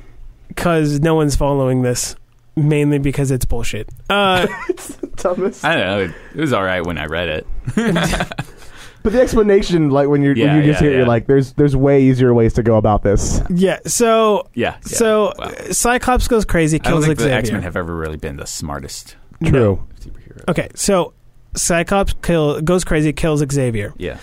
S1: because no one's following this mainly because it's bullshit.
S2: [LAUGHS]
S1: Uh, Oh.
S3: Thomas.
S2: I don't know. It, it was all right when I read it.
S3: But the explanation, like when you're
S2: Yeah,
S3: when you just
S2: yeah,
S3: hear, it, you're
S2: yeah. Uh,
S3: like, there's there's way easier ways to go about this.
S1: yeah. So
S2: Yeah. yeah.
S1: so
S2: Wow.
S1: Cyclops goes crazy,
S2: I don't
S1: kills
S2: think
S1: Xavier.
S2: the X Men have ever really been the smartest
S3: True.
S2: superheroes.
S1: Okay, so Cyclops kill, goes crazy, kills Xavier.
S2: Yeah.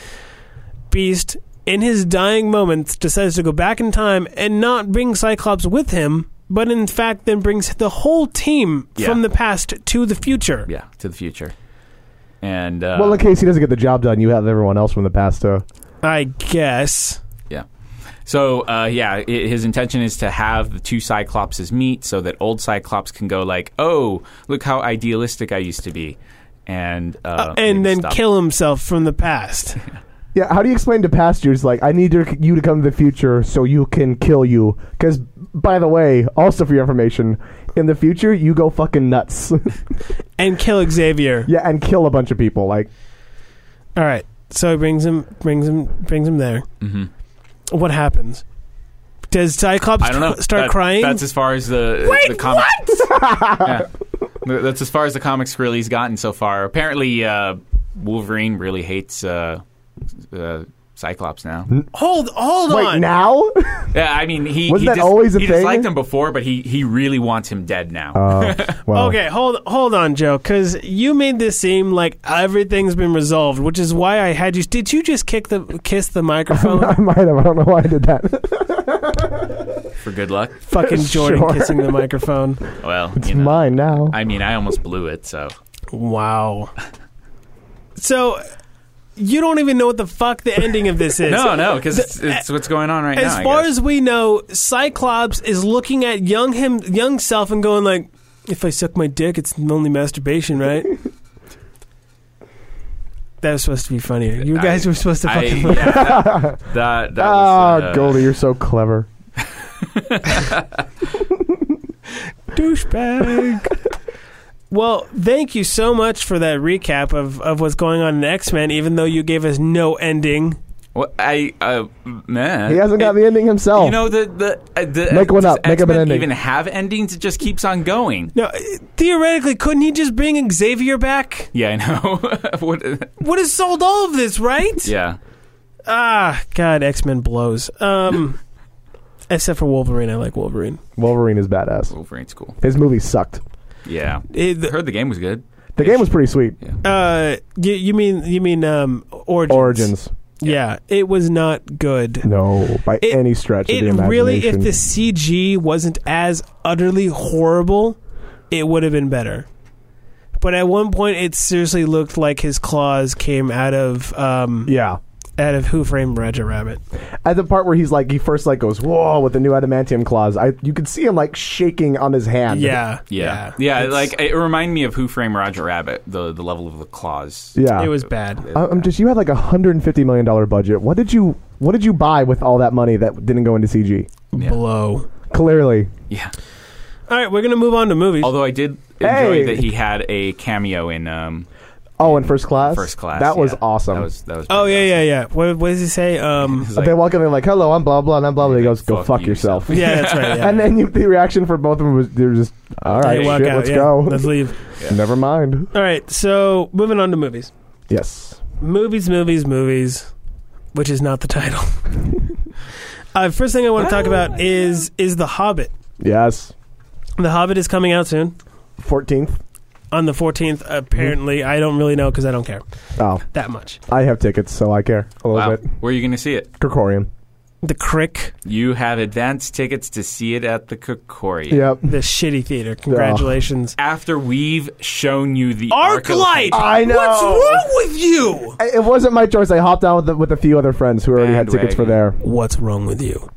S1: Beast, in his dying moments, decides to go back in time and not bring Cyclops with him, but in fact then brings the whole team
S2: Yeah.
S1: from the past to the future.
S2: Yeah. To the future. And uh,
S3: well, in case he doesn't get the job done, you have everyone else from the past to.
S1: I guess.
S2: So uh, yeah, i his intention is to have the two Cyclopses meet, so that old Cyclops can go like, "Oh, look how idealistic I used to be," and uh,
S1: Uh, and
S2: maybe
S1: then
S2: stop.
S1: kill himself from the
S2: [LAUGHS]
S1: past.
S3: Yeah, how do you explain to past you? It's like, I need your, you to come to the future so you can kill you. Because, by the way, also for your information, in the future, you go fucking nuts. [LAUGHS]
S1: and kill Xavier.
S3: yeah, and kill a bunch of people. Like,
S1: All right. So he brings him, brings him, brings him there.
S2: Mhm.
S1: What happens? Does Cyclops
S2: I don't know.
S1: cr- [LAUGHS] start
S2: That-
S1: crying?
S2: That's as far as the
S1: Wait,
S2: the comic. [LAUGHS] yeah. Th- That's as far as the comics really has gotten so far. Apparently, uh, Wolverine really hates uh, uh, Cyclops now.
S1: hold, hold
S3: wait,
S1: on.
S3: now? [LAUGHS]
S2: Yeah, I mean, he
S3: Wasn't
S2: he
S3: that
S2: dis-
S3: always a
S2: he
S3: thing?
S2: disliked him before, but he he really wants him dead now.
S3: Oh, well.
S1: Okay, hold hold on, Joe, because you made this seem like everything's been resolved, which is why I had you. Did you just kick the kiss the
S2: [LAUGHS]
S1: microphone?
S3: [LAUGHS] I might have. I don't know why I did that. [LAUGHS]
S2: For good luck.
S1: Fucking
S2: [LAUGHS]
S1: Jordan
S3: Sure.
S1: kissing the microphone.
S2: Well,
S3: It's
S2: you know,
S3: mine now.
S2: I mean, I almost blew it. So
S1: Wow. So you don't even know what the fuck the ending of
S2: [LAUGHS]
S1: this is.
S2: no, no, because it's, it's what's going on right
S1: As
S2: now. I
S1: far
S2: guess.
S1: as we know, Cyclops is looking at young him, young self, and going like, "If I suck my dick, it's only masturbation,
S2: [LAUGHS]
S1: right?" that was supposed to be funny. You
S2: I-
S1: guys were supposed to
S2: I,
S1: fucking.
S2: yeah,
S3: [LAUGHS]
S2: that, that, that
S3: ah,
S2: was, uh,
S3: Goldie, you're so clever.
S1: douchebag. [LAUGHS] well, thank you so much for that recap of, of what's going on in X Men, even though you gave us no ending.
S2: Well, I uh, man,
S3: He hasn't got
S2: It-
S3: the ending himself.
S2: You know the the, uh, the
S3: Make one
S2: does
S3: up. Make up an
S2: X-Men
S3: ending.
S2: Even have endings? It just keeps on going.
S1: No, theoretically, couldn't he just bring Xavier back?
S2: Yeah, I know. [LAUGHS] what,
S1: Would have solved all of this, right?
S2: yeah,
S1: Ah, God, X Men blows. Um, [LAUGHS] except for Wolverine, I like Wolverine.
S3: Wolverine is badass.
S2: Wolverine's cool.
S3: His movie sucked.
S2: Yeah,
S1: Eh, the-
S2: heard the game was good.
S3: The game was pretty sweet.
S1: uh, you, you mean you mean um origins?
S3: Origins,
S1: Yeah, it was not good.
S3: no, by
S1: It-
S3: any stretch of
S1: it
S3: the imagination.
S1: really if the cg wasn't as utterly horrible it would have been better but at one point it seriously looked like his claws came out of um
S3: yeah.
S1: out of who framed roger rabbit
S3: At the part where he's like, he first like goes, "Whoa!" with the new adamantium claws. I, you could see him like shaking on his hand.
S1: yeah
S2: Yeah, yeah.
S1: It's-
S2: like it reminded me of Who Framed Roger Rabbit. The the level of the claws.
S3: yeah.
S1: it was bad
S3: I- I'm just. You had like a hundred and fifty million dollar budget. What did you? What did you buy with all that money that didn't go into CG?
S2: Yeah.
S1: blow
S3: Clearly,
S2: Yeah.
S1: all right we're gonna move on to movies
S2: Although I did
S3: Hey!
S2: enjoy that he had a cameo in um,
S3: Oh, in first class.
S2: First Class.
S3: That was
S2: yeah.
S3: awesome.
S2: That was that was.
S1: oh
S2: pretty
S1: yeah
S2: awesome.
S1: yeah yeah what, what does he say [LAUGHS] um
S2: He's
S3: But
S2: like,
S3: they walk in, they're like, "Hello, I'm blah blah," and I'm blah blah. He goes, "Go
S2: Fuck
S3: fuck
S2: you,
S3: yourself."
S1: yeah that's right yeah
S3: And then you, the reaction for both of them was they're just, "All right,
S1: They
S3: shit,
S1: walk out,
S3: let's
S1: yeah.
S3: go,
S1: let's leave
S3: [LAUGHS] never mind."
S1: all right so moving on to movies
S3: Yes,
S1: movies, movies, movies, which is not the title.
S2: [LAUGHS]
S1: uh, first thing I want to
S2: Oh
S1: talk about is is the Hobbit.
S3: yes.
S1: The Hobbit is coming out soon
S3: Fourteenth.
S1: on the fourteenth. Apparently,
S2: Mm-hmm.
S1: I don't really know because I don't care
S3: Oh,
S1: that much.
S3: I have tickets, so I care a little
S2: wow.
S3: bit.
S2: Where are you going to see it?
S3: Krikorian.
S1: The Crick,
S2: You have advanced tickets to see it at the Kokori.
S3: Yep.
S1: the shitty theater. Congratulations,
S2: After we've shown you the
S1: Arc Light.
S3: I know.
S1: What's wrong with you?
S3: I- It wasn't my choice. I hopped out with, the, with a few other friends who already had tickets for there.
S1: What's wrong with you?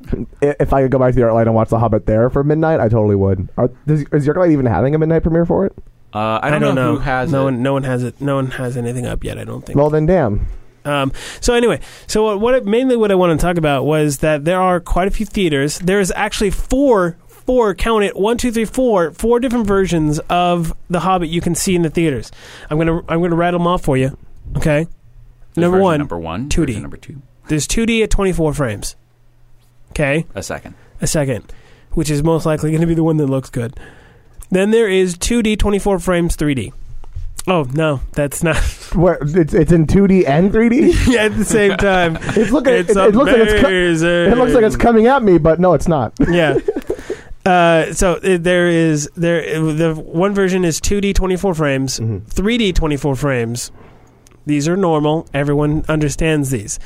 S3: I- If I could go back to the Artlight and watch The Hobbit there for midnight, I totally would. Are, does, is the Artlight even having a midnight premiere for it?
S2: Uh, I, don't know, who has
S1: no
S2: it.
S1: one. No one has it. No one has anything up yet. I don't think.
S3: Well, then, damn.
S1: Um, so anyway, so what, what it, mainly what I want to talk about was that there are quite a few theaters. There is actually four, four, count it, one, two, three, four, four different versions of The Hobbit you can see in the theaters. I'm gonna I'm gonna rattle them off for you. Okay,
S2: There's
S1: number
S2: version
S1: one,
S2: number one,
S1: 2D.
S2: version number two,
S1: there's 2D at 24 frames. Okay,
S2: a second.
S1: a second, which is most likely going to be the one that looks good. Then there is 2D 24 frames 3D. Oh no, that's not. [LAUGHS]
S3: Where, it's, it's in 2D and [LAUGHS] 3D?
S1: yeah, at the same time,
S3: It's looking,
S1: it's
S3: it, it looks like it's co-
S1: amazing.
S3: it looks like it's coming at me, but no, it's not.
S1: Yeah. Uh, so uh, there is there the one version is 2D 24 frames,
S3: Mm-hmm.
S1: 3D 24 frames. These are normal. Everyone understands these.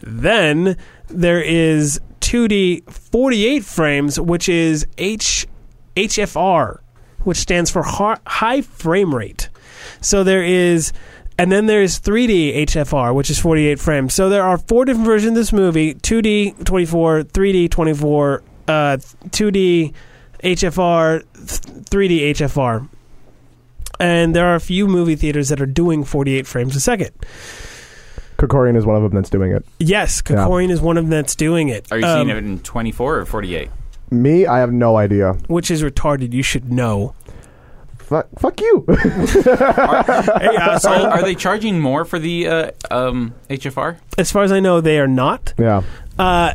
S1: Then there is 2D 48 frames, which is H HFR, which stands for har- high frame rate. So there is, and then there is 3D HFR, which is 48 frames. So there are four different versions of this movie: 2D 24, 3D 24, uh, 2D HFR, th- 3D HFR. And there are a few movie theaters that are doing 48 frames a second.
S3: Krikorian is one of them that's doing it.
S1: Yes,
S3: Yeah.
S1: Kokorian is one of them that's doing it.
S5: Are you
S1: Um,
S5: seeing it in 24 or 48?
S3: Me, I have no idea.
S1: Which is retarded. You should know.
S3: Fuck, fuck you. [LAUGHS]
S1: Hey, [LAUGHS] uh,
S5: So
S1: so,
S5: are they charging more for the uh, um, HFR?
S1: as far as I know, they are not.
S3: yeah.
S1: Uh,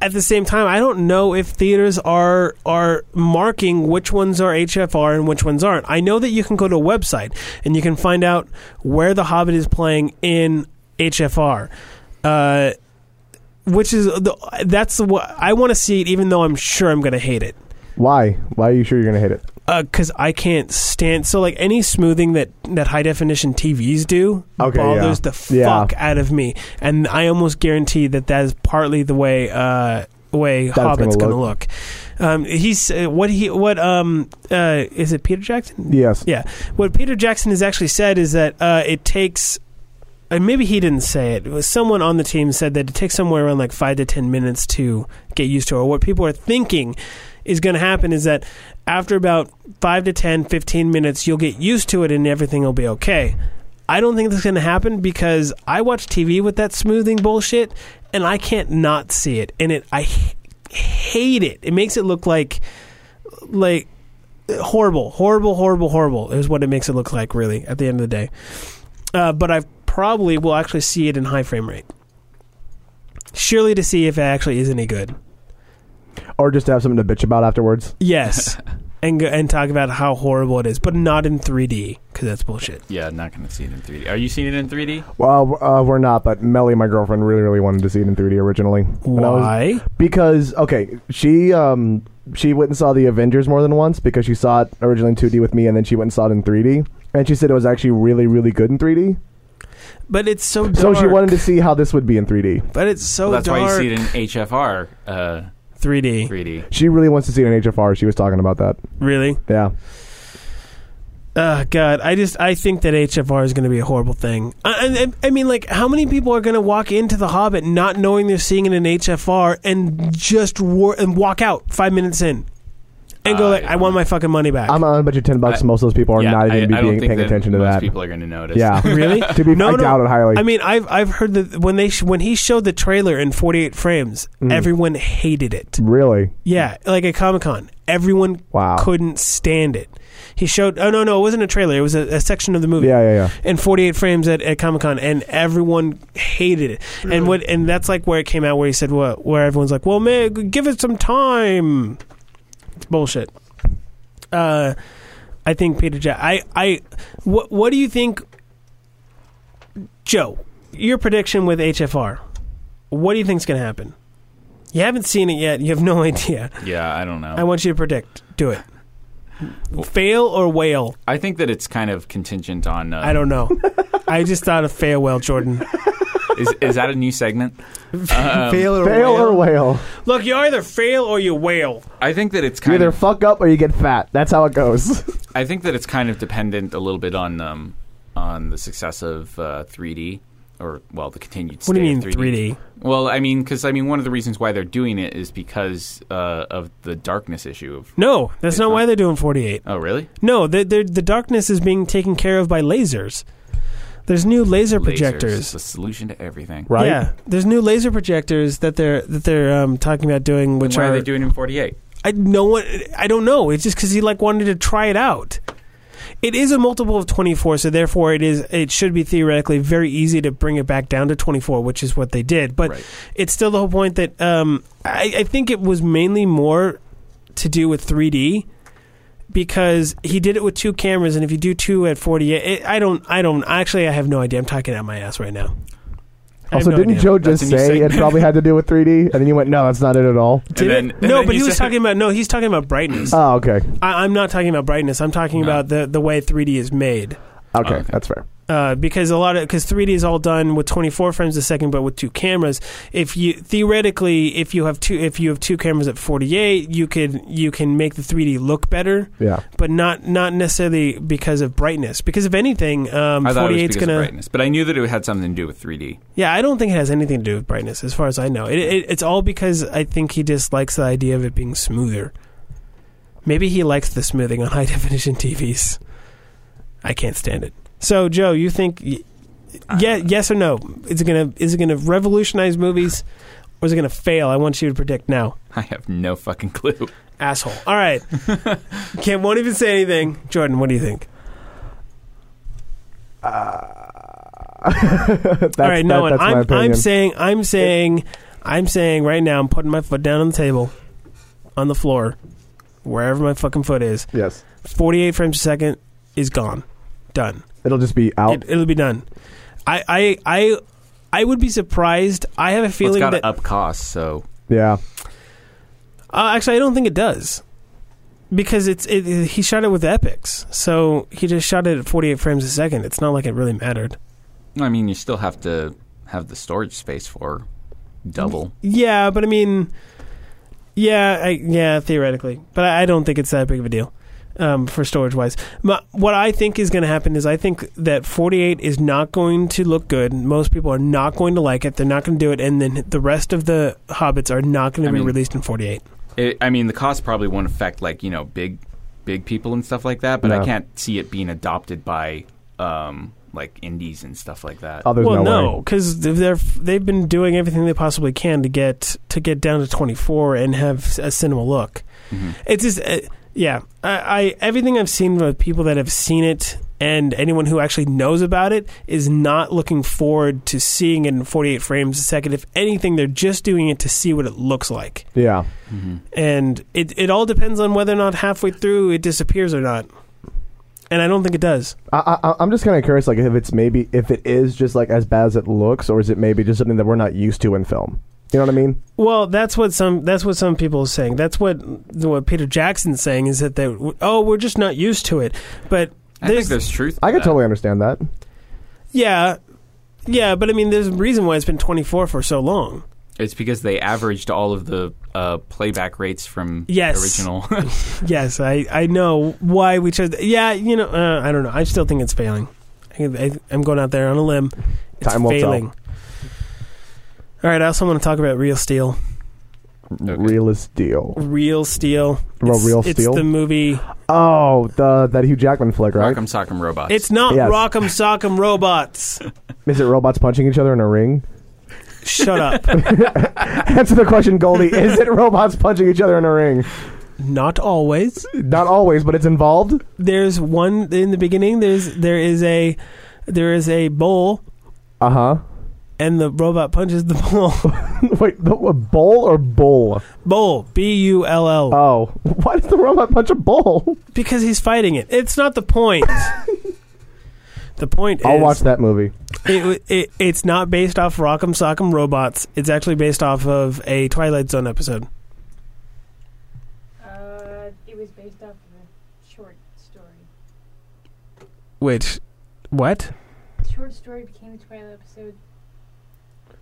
S1: at the same time, I don't know if theaters are are marking which ones are HFR and which ones aren't. I know that you can go to a website and you can find out where The Hobbit is playing in HFR. Uh, which is the, that's what I want to see it, even though I'm sure I'm going to hate it
S3: Why? Why are you sure you're gonna hate it?
S1: because Uh, I can't stand so like any smoothing that that high definition TVs do
S3: Okay,
S1: bothers
S3: yeah.
S1: the
S3: Yeah.
S1: fuck out of me, and I almost guarantee that that is partly the way uh way
S3: it's gonna
S1: Hobbit's going to
S3: look.
S1: look. Um, he's uh, what he what um uh is it Peter Jackson?
S3: Yes.
S1: Yeah, what Peter Jackson has actually said is that uh, it takes. And maybe he didn't say it. it was someone on the team said that it takes somewhere around like five to ten minutes to get used to it. Or what people are thinking is going to happen is that after about five to 10, 15 minutes, you'll get used to it and everything will be okay. I don't think that's going to happen because I watch TV with that smoothing bullshit and I can't not see it. And it, I h- hate it. It makes it look like, like, horrible, horrible, horrible, horrible is what it makes it look like, really, at the end of the day. Uh, but I probably will actually see it in high frame rate. Surely to see if it actually is any good.
S3: Or just to have something to bitch about afterwards.
S5: [LAUGHS]
S1: Yes. and go, and talk about how horrible it is, but not in 3D, because that's bullshit.
S5: Yeah, not going to see it in 3D. Are you seeing it in 3D?
S3: Well, uh, we're not, but Melly, my girlfriend, really, really wanted to see it in 3D originally. And I was-
S1: Why?
S3: because okay, she um she went and saw the Avengers more than once because she saw it originally in 2D with me, and then she went and saw it in 3D, and she said it was actually really, really good in 3D.
S1: but it's so dark.
S3: So she wanted to see how this would be in 3D.
S1: But it's so
S5: Well, that's
S1: dark.
S5: why you see it in HFR uh,
S1: 3D.
S5: 3D.
S3: She really wants to see it in HFR. She was talking about that.
S1: Really?
S3: Yeah.
S1: Oh God, I just I think that HFR is going to be a horrible thing. I, I, I mean, like, how many people are going to walk into The Hobbit not knowing they're seeing it in HFR and just war- and walk out five minutes in and go
S5: Uh,
S1: like, I want my fucking money back.
S3: um, I'm on a bet you 10 bucks.
S5: I-
S3: most of those people are
S5: Yeah,
S3: not
S5: I-
S3: even
S5: I don't
S3: be being,
S5: think
S3: paying
S5: that
S3: attention to
S5: most
S3: that.
S5: people are going to notice. [LAUGHS]
S3: Yeah.
S1: [LAUGHS]
S3: [LAUGHS]
S1: really?
S3: to be,
S1: No,
S3: I
S1: no.
S3: doubt it highly.
S1: I mean, I've I've heard that when they sh- when he showed the trailer in 48 frames,
S3: Mm.
S1: everyone hated it.
S3: really?
S1: Yeah, like at Comic Con, everyone
S3: Wow.
S1: couldn't stand it. He showed. Oh no, no, it wasn't a trailer. It was a, a section of the movie.
S3: Yeah, yeah, yeah.
S1: and 48 frames at, at Comic Con, and everyone hated it. And what and that's like where it came out, where he said, "Well, where everyone's like, well, man, g- give it some time." It's bullshit. Uh, I think Peter Jack. I I what what do you think, Joe? Your prediction with HFR. What do you think's going to happen? You haven't seen it yet. You have no [LAUGHS] idea.
S5: Yeah, I don't know.
S1: I want you to predict. Do it. Fail or whale?
S5: I think that it's kind of contingent on. Uh,
S1: I don't know. I just thought of fail whale, Jordan.
S5: Is, is that a new segment? Um,
S1: fail or
S3: Fail or whale?
S1: Look, you either fail or you wail.
S5: I think that it's
S3: You
S5: kind
S3: either
S5: of.
S3: fuck up or you get fat. That's how it goes. [LAUGHS]
S5: I think that it's kind of dependent a little bit on um, on the success of uh, 3D or well the continued.
S1: What do you mean
S5: state of
S1: 3D?
S5: Well, I mean because I mean one of the reasons why they're doing it is because uh, of the darkness issue of.
S1: No, that's not why they're doing 48.
S5: Oh really?
S1: No, the the the darkness is being taken care of by lasers. There's new
S5: Lasers
S1: laser
S5: is
S1: projectors.
S5: the solution to everything.
S3: Right?
S1: Yeah, there's new laser projectors that they're that they're um, talking about doing,
S5: Then
S1: which
S5: why
S1: are
S5: are they doing it in 48?
S1: I no one I don't know. It's just because he like wanted to try it out. It is a multiple of 24, so therefore it is it should be theoretically very easy to bring it back down to 24, which is what they did. But
S5: Right.
S1: it's still the whole point that um, I, I think it was mainly more to do with 3D because he did it with two cameras, and if you do two at 48, it, I don't I don't actually I have no idea. I'm talking out my ass right now. I have
S3: Also,
S1: no
S3: didn't
S1: idea.
S3: Joe
S5: That's
S3: just
S5: a new
S3: say it
S5: segment.
S3: probably had to do with 3D? And then you went, no, that's not it at all.
S5: then-
S1: Did it?
S5: and
S1: no,
S5: then
S1: but
S5: you
S1: he was
S5: said-
S1: talking about no. He's talking about brightness.
S3: Oh, okay.
S1: I, I'm not talking about brightness. I'm talking
S5: No.
S1: about the the way 3D is made.
S3: Okay,
S5: okay.
S3: that's fair.
S1: Uh, because a lot of because 3D is all done with 24 frames a second, but with two cameras. If you theoretically, if you have two, if you have two cameras at 48, you could you can make the 3D look better, [LAUGHS]
S3: Yeah. [LAUGHS]
S1: but not not necessarily because of brightness. Because if anything, um,
S5: I thought it was
S1: 48's
S5: because
S1: gonna
S5: of brightness, but I knew that it had something to do with 3D.
S1: yeah. I don't think it has anything to do with brightness, as far as I know. It, it, it's all because I think he dislikes the idea of it being smoother. Maybe he likes the smoothing on [LAUGHS] high definition TVs. I can't stand it. So, Joe, you think? y- Yeah, yes or no? Is it gonna is it gonna revolutionize movies, or is it gonna fail? I want you to predict now,
S5: [LAUGHS] I have no fucking clue.
S1: asshole. All right, can't won't even say anything. Jordan, what do you think?
S3: that's,
S1: All right, no
S3: that-
S1: one.
S3: That's my
S1: I'm,
S3: opinion.
S1: I'm saying, I'm saying, I'm saying right now, I'm putting my foot down on the table, on the floor, wherever my fucking foot is.
S3: yes.
S1: 48 frames a second is gone, done.
S3: It'll just be out.
S1: It, it'll be done. I, I, I, I would be surprised. I have a
S5: Well, it's
S1: feeling
S5: got
S1: that
S5: to up costs, so
S3: yeah.
S1: Uh, actually, I don't think it does because it's it, it- he shot it with epics, so he just shot it at 48 frames a second. It's not like it really mattered.
S5: I mean, you still have to have the storage space for double.
S1: Yeah, but I mean, yeah, I, yeah, theoretically, but I, I don't think it's that big of a deal um, for storage wise. My, what I think is going to happen is I think that 48 is not going to look good. Most people are not going to like it. They're not going to do it, and then the rest of the Hobbits are not going to
S5: I
S1: be
S5: mean-
S1: released in 48.
S5: It, I mean, the cost probably won't affect like you know big, big people and stuff like that. But I
S3: No.
S5: can't see it being adopted by um, like indies and stuff like that.
S3: Oh, there's
S1: well,
S3: no,
S1: no, because they're they've been doing everything they possibly can to get to get down to 24 and have a cinema look.
S5: Mhm.
S1: It's just, uh, yeah. I, I everything I've seen with people that have seen it and anyone who actually knows about it is not looking forward to seeing it in 48 frames a second. If anything, they're just doing it to see what it looks like.
S3: way. Yeah.
S5: Mm-hmm.
S1: And it it all depends on whether or not halfway through it disappears or not. And I don't think it does.
S3: I, I, I'm just kind of curious, like if it's maybe if it is just like as bad as it looks, or is it maybe just something that we're not used to in film? You know what I mean?
S1: Well, that's what some that's what some people are saying. That's what what Peter Jackson's saying is that they oh we're just not used to it. But
S5: I think there's truth. to
S3: I could
S5: that.
S3: totally understand that.
S1: yeah, yeah. But I mean, there's a reason why it's been 24 for so long.
S5: It's because they averaged all of the uh, playback rates from
S1: Yes.
S5: original.
S1: Yes, I I know why we chose. Yeah, you know uh, I don't know. I still think it's failing. I, I, I'm going out there on a limb. It's
S3: Time will tell.
S1: failing. All right, I also want to talk about Real Steel.
S3: Realist deal.
S1: Real Steel.
S3: Well,
S1: It's-
S3: Real Steel?
S1: It's the movie.
S3: Oh, the that Hugh Jackman flick, right?
S5: Rock'em Sock'em Robots.
S1: It's not
S3: Yes.
S1: Rock'em Sock'em Robots.
S3: Is it robots punching each other in a ring? [LAUGHS]
S1: Shut up.
S3: Answer the question, Goldie. is it robots punching each other in a ring?
S1: Not always.
S3: Not always, but it's involved.
S1: There's one in the beginning. There's there is a there is a bowl,
S3: Uh huh.
S1: and the robot punches the [LAUGHS] bowl.
S3: [LAUGHS] Wait, the, a bowl or bull?
S1: bowl, B U L L,
S3: Oh, [LAUGHS] why does the robot punch a bull?
S1: because he's fighting it. It's not the point.
S3: [LAUGHS]
S1: the point
S3: I'll
S1: is
S3: watch that movie.
S1: it, it it's not based off Rock'em Sock'em Robots. It's actually based off of a Twilight Zone episode.
S6: Uh, it was based off of a short story.
S1: Which, what?
S6: Short story became a Twilight episode.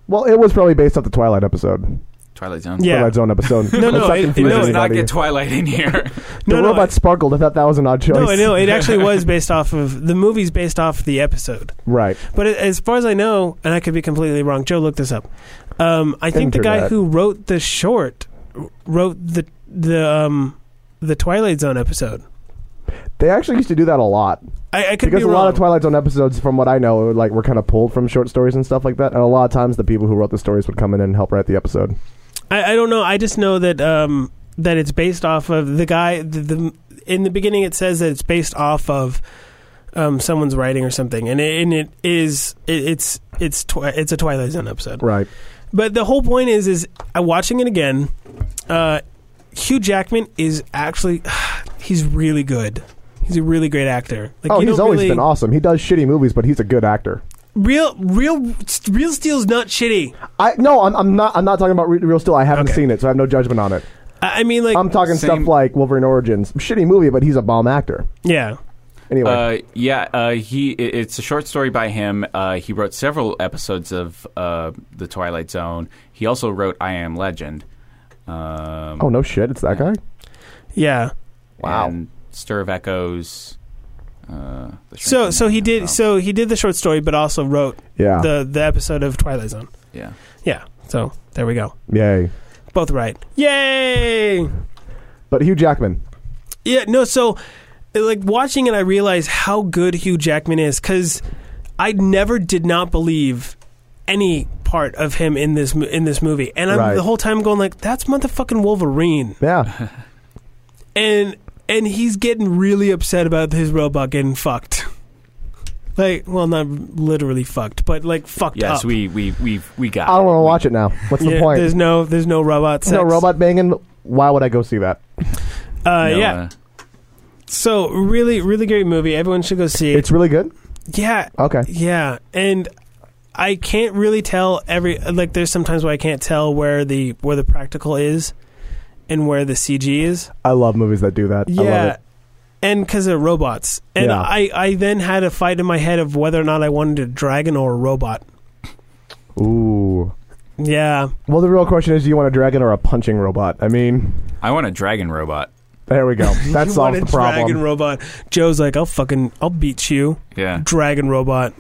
S3: Well, it was probably based off the Twilight episode,
S5: Twilight Zone.
S1: Yeah.
S3: Twilight Zone
S1: [LAUGHS]
S3: episode.
S1: No, no,
S3: Let's not
S1: it- it-
S3: confuse
S1: no,
S5: Let's
S1: it's
S5: not
S3: anybody.
S5: get Twilight in here.
S3: the
S1: no, no,
S3: robot
S1: it-
S3: sparkled. I thought that was an odd choice.
S1: No, I know it actually
S3: [LAUGHS]
S1: was based off of the movie's based off the episode.
S3: Right.
S1: But a- as far as I know, and I could be completely wrong, Joe looked this up. Um, I think the guy
S3: Internet.
S1: who wrote the short wrote the the um, the Twilight Zone episode.
S3: They actually used to do that a lot
S1: I, I could
S3: because
S1: be
S3: a
S1: wrong.
S3: lot of Twilight Zone episodes, from what I know, like were kind of pulled from short stories and stuff like that. And a lot of times, the people who wrote the stories would come in and help write the episode.
S1: I, I don't know. I just know that um, that it's based off of the guy. The, the in the beginning, it says that it's based off of um, someone's writing or something, and it, and it is it, it's it's twi- it's a Twilight Zone episode.
S3: Right.
S1: But the whole point is, is uh, watching it again. Uh, Hugh Jackman is actually, [SIGHS] he's really good. He's a really great actor. Like,
S3: oh,
S1: you
S3: he's
S1: don't
S3: always
S1: really-
S3: been awesome. He does shitty movies, but he's a good actor.
S1: real real real steel's not shitty.
S3: I no, I'm, I'm not. I'm not talking about Re- Real Steel. I haven't
S1: Okay.
S3: seen it, so I have no judgment on it.
S1: I I mean, like,
S3: I'm talking
S5: same-
S3: stuff like Wolverine Origins, shitty movie, but he's a bomb actor.
S1: yeah,
S3: Anyway,
S5: Uh, yeah, uh, he. i- It's a short story by him. Uh, he wrote several episodes of uh, the Twilight Zone. He also wrote I Am Legend. Um,
S3: oh no shit, it's that guy.
S1: yeah.
S3: wow.
S5: And Stir of Echoes. Uh, The
S1: So
S5: Shrinking
S1: so he
S5: Man,
S1: did
S5: oh,
S1: so he did the short story, but also wrote
S3: Yeah,
S1: the the episode of Twilight Zone.
S5: yeah.
S1: Yeah. So there we go.
S3: yay.
S1: Both right. Yay!
S3: But Hugh Jackman,
S1: Yeah, no, so like watching it I realized how good Hugh Jackman is cuz I never did not believe any part of him in this mo- in this movie. And I'm
S3: Right.
S1: the whole time going like that's motherfucking Wolverine.
S3: yeah,
S1: And and he's getting really upset about his robot getting fucked. [LAUGHS] Like, well, not literally fucked, but like fucked
S5: Yes,
S1: up.
S5: we we we we got.
S3: I don't want to
S5: it.
S3: watch it now. What's the
S1: Yeah,
S3: point?
S1: There's no, there's no robot. Sex.
S3: no robot banging. Why would I go see that?
S1: Uh,
S5: No,
S1: yeah.
S5: uh,
S1: So really, really great movie. Everyone should go see it.
S3: It's really good.
S1: yeah,
S3: Okay,
S1: yeah, and I can't really tell every like. There's sometimes where I can't tell where the where the practical is, and where the CG is.
S3: I love movies that do that. I love it.
S1: and because they're robots, and
S3: Yeah.
S1: I I then had a fight in my head of whether or not I wanted a dragon or a robot.
S3: Ooh.
S1: Yeah,
S3: Well, the real question is, do you want a dragon or a punching robot? I mean,
S5: I want a dragon robot.
S3: there we go.
S1: [LAUGHS]
S3: That
S1: You
S3: solves
S1: want
S3: the
S1: a Dragon
S3: problem.
S1: robot. Joe's like, I'll fucking, I'll beat you.
S5: Yeah.
S1: Dragon robot.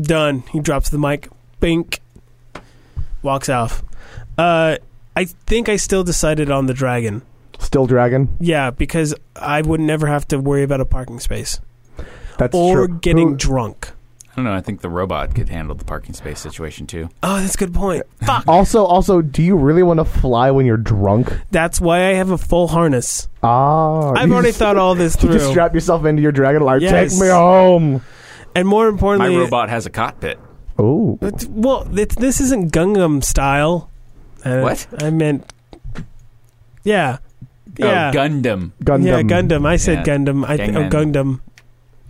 S1: Done. He drops the mic. Bink. Walks off. Uh, I think I still decided on the dragon.
S3: Still dragon.
S1: Yeah, because I would never have to worry about a parking space
S3: That's
S1: or
S3: true.
S1: getting
S3: Who-
S1: drunk.
S5: I don't know. I think the robot could handle the parking space situation too.
S1: Oh, that's a good
S3: [LAUGHS]
S1: point. Fuck.
S3: also, also, do you really want to fly when you're drunk?
S1: That's why I have a full harness.
S3: Ah,
S1: I've
S3: you
S1: already
S3: just-
S1: thought all this
S3: [LAUGHS] You just
S1: through.
S3: strap yourself into your dragon, like
S1: Yes.
S3: take me home.
S1: And more
S5: My
S1: importantly,
S5: robot has a cockpit.
S3: Ooh,
S1: It's- well, it's, this isn't Gungam style. Uh,
S5: What?
S1: I meant. Yeah. Yeah.
S5: Oh, Gundam.
S3: Gundam.
S1: Yeah, Gundam. I said
S5: Yeah.
S1: Gundam. I think oh,
S5: Gangman.
S1: Gundam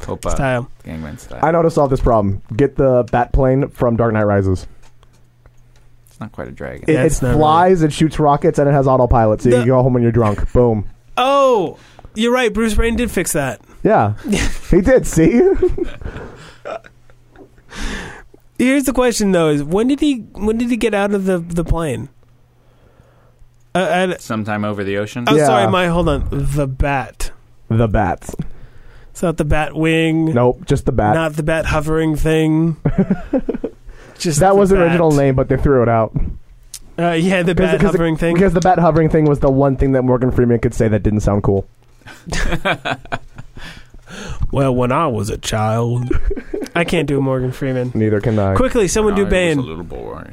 S5: Opa.
S1: style.
S5: Gangman style.
S3: I know how to solve this problem. Get the bat plane from Dark Knight Rises.
S5: It's not quite a dragon.
S3: It, it
S1: That's not
S3: flies, it shoots rockets, and it has autopilot, so you
S1: The-
S3: can go home when you're drunk. Boom.
S1: Oh, you're right. Bruce Wayne did fix that. [LAUGHS]
S3: Yeah, he did. See,
S1: Here's the question though: Is when did he when did he get out of the the plane? Uh, I,
S5: Sometime over the ocean.
S1: oh,
S3: Yeah.
S1: sorry, my hold on. The bat.
S3: the bats.
S1: It's not the bat wing.
S3: Nope, just the bat.
S1: Not the bat hovering
S3: [LAUGHS]
S1: thing. Just
S3: that
S1: the
S3: was the
S1: bat.
S3: original name, but they threw it out
S1: Uh, yeah, the bat
S3: because-
S1: hovering thing.
S3: because the bat hovering thing was the one thing that Morgan Freeman could say that didn't sound cool.
S1: Well, when I was a
S3: [LAUGHS]
S1: child, I can't do Morgan Freeman.
S3: Neither can I.
S1: Quickly, someone do
S5: I was A
S1: Bane.
S5: little boy.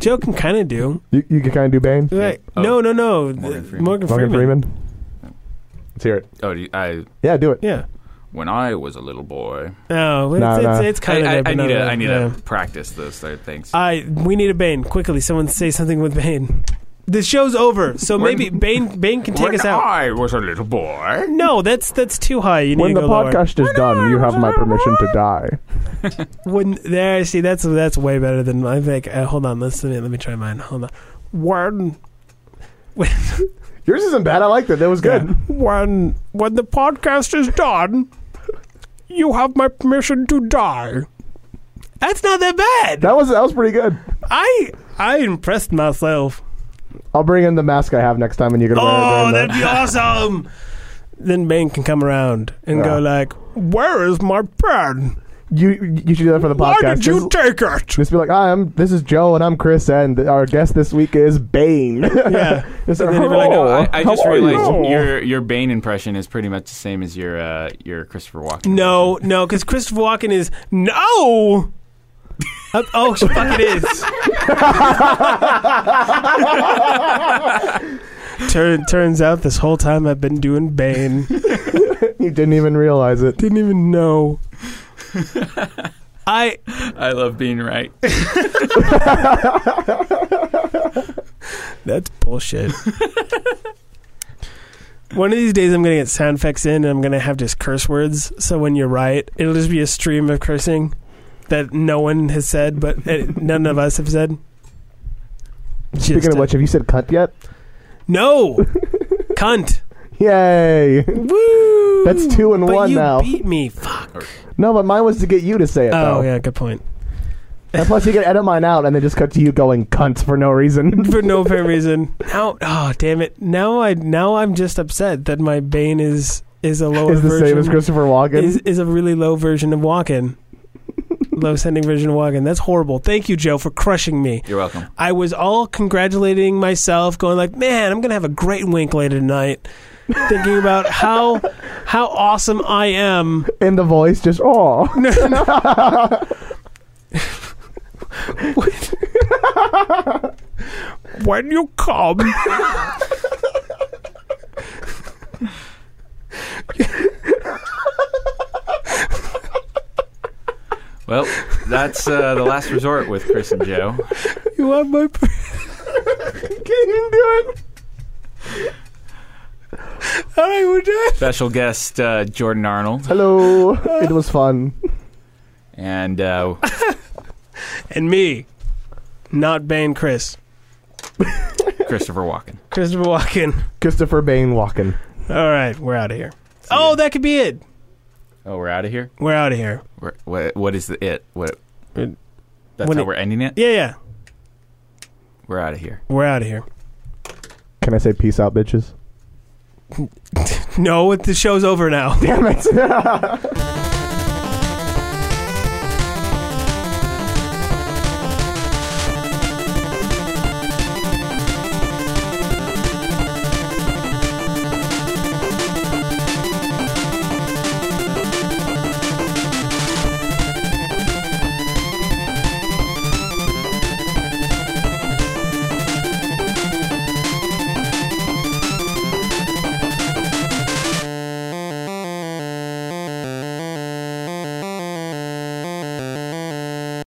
S1: Joe can kind of do.
S3: You, you can kind of do Bane.
S1: Right.
S5: Oh.
S1: No, no, no.
S5: Morgan
S1: Th-
S5: Freeman.
S1: Morgan Freeman.
S3: Morgan Freeman. Let's hear it.
S5: Oh, do you- I
S3: Yeah, do it.
S1: Yeah.
S5: when I was a little boy.
S1: No, Oh, it's,
S3: No,
S1: it's,
S3: no.
S1: it's kind
S5: I, I,
S1: of.
S5: I need to.
S1: a.
S5: I need to practice those sort of things.
S1: I we need a Bane quickly. Someone say something with Bane. The show's over, so
S5: When-
S1: maybe Bane Bane can take
S5: when
S1: us out.
S5: I was a little boy.
S1: No, that's that's too high. You need
S3: When
S1: to
S3: the
S1: go lower.
S3: podcast is done, you have my permission to die.
S1: When there, see that's that's way better than I think. Uh, hold on, let's let me, let me try mine. Hold on. When
S3: Yours isn't bad. I liked it. That was good.
S1: when when the podcast is done, you have my permission to die. That's not that bad.
S3: That was that was pretty good.
S1: I I impressed myself.
S3: I'll bring in the mask I have next time, and you can wear
S1: Oh,
S3: it. during
S1: that'd be awesome. [LAUGHS] Then Bane can come around and
S3: Yeah.
S1: go like, "Where is my pen?
S3: the, you you should do that for the
S1: Why
S3: podcast.
S1: did you
S3: just,
S1: take
S3: [LAUGHS]
S1: it?"
S3: just be like, "Hi, I'm this is Joe, and I'm Chris, and our guest this week is Bane. [LAUGHS]
S1: Yeah,
S3: Just like,
S1: And then he'd be like, "Oh,
S3: "Hello,
S5: I, I
S3: how
S5: just
S3: are you?"
S5: realized your your Bane impression is pretty much the same as your uh, your Christopher Walken.
S1: no, no, because Christopher Walken is no. Uh, oh, [LAUGHS] fuck! It is. Turn, turns out this whole time I've been doing Bane.
S3: you didn't even realize it.
S1: Didn't even know. I
S5: impression. I love being right.
S1: That's bullshit. [LAUGHS] One of these days, I'm gonna get sound effects in, and I'm gonna have just curse words. So when you write, it'll just be a stream of cursing. that no one has said, but uh, none of us have said. Just
S3: Speaking of
S1: a-
S3: which, have you said cunt yet?
S1: no, cunt.
S3: Yay! [LAUGHS]
S1: Woo!
S3: That's two and
S1: But
S3: one
S1: you
S3: now.
S1: Beat me. Fuck.
S3: No, but mine was to get you to say it.
S1: Oh
S3: though.
S1: yeah, good point.
S3: And plus, you can edit mine out and then just cut to you going cunt for no
S1: [LAUGHS]
S3: reason.
S1: For no apparent reason. Now, oh damn it! Now I now I'm just upset that my Bane is is a lower
S3: [LAUGHS] is the
S1: version.
S3: same as Christopher Walken.
S1: is is a really low version of [LAUGHS] Walken. low sending version of Walken. That's horrible. Thank you, Joe, for crushing me.
S2: You're welcome.
S1: I was all congratulating myself, going like, "Man, I'm gonna have a great wink later tonight." Thinking about how how awesome I am.
S3: in the voice, just oh.
S1: when you come.
S2: Well, that's uh, the last resort with Chris and Joe.
S1: You want my? [LAUGHS] Pr-
S3: Can you do it?
S1: all right, we're done.
S2: Special guest uh, Jordan Arnold,
S3: [LAUGHS] Hello. It was fun.
S2: and uh,
S1: And me, not Bane, Chris,
S2: Christopher Walken.
S1: Christopher Walken.
S3: Christopher Bain Walken.
S1: All right, we're out of here. Oh, that could be it.
S2: Oh, we're out of here.
S1: We're out of here.
S2: We're, what, what is the it? What?
S1: It-
S2: That's
S1: when
S2: how
S1: it-
S2: we're ending it.
S1: Yeah, yeah,
S2: We're out of here.
S1: we're out of here.
S3: Can I say peace out, bitches?
S1: [LAUGHS] No, the show's over now.
S3: Damn it.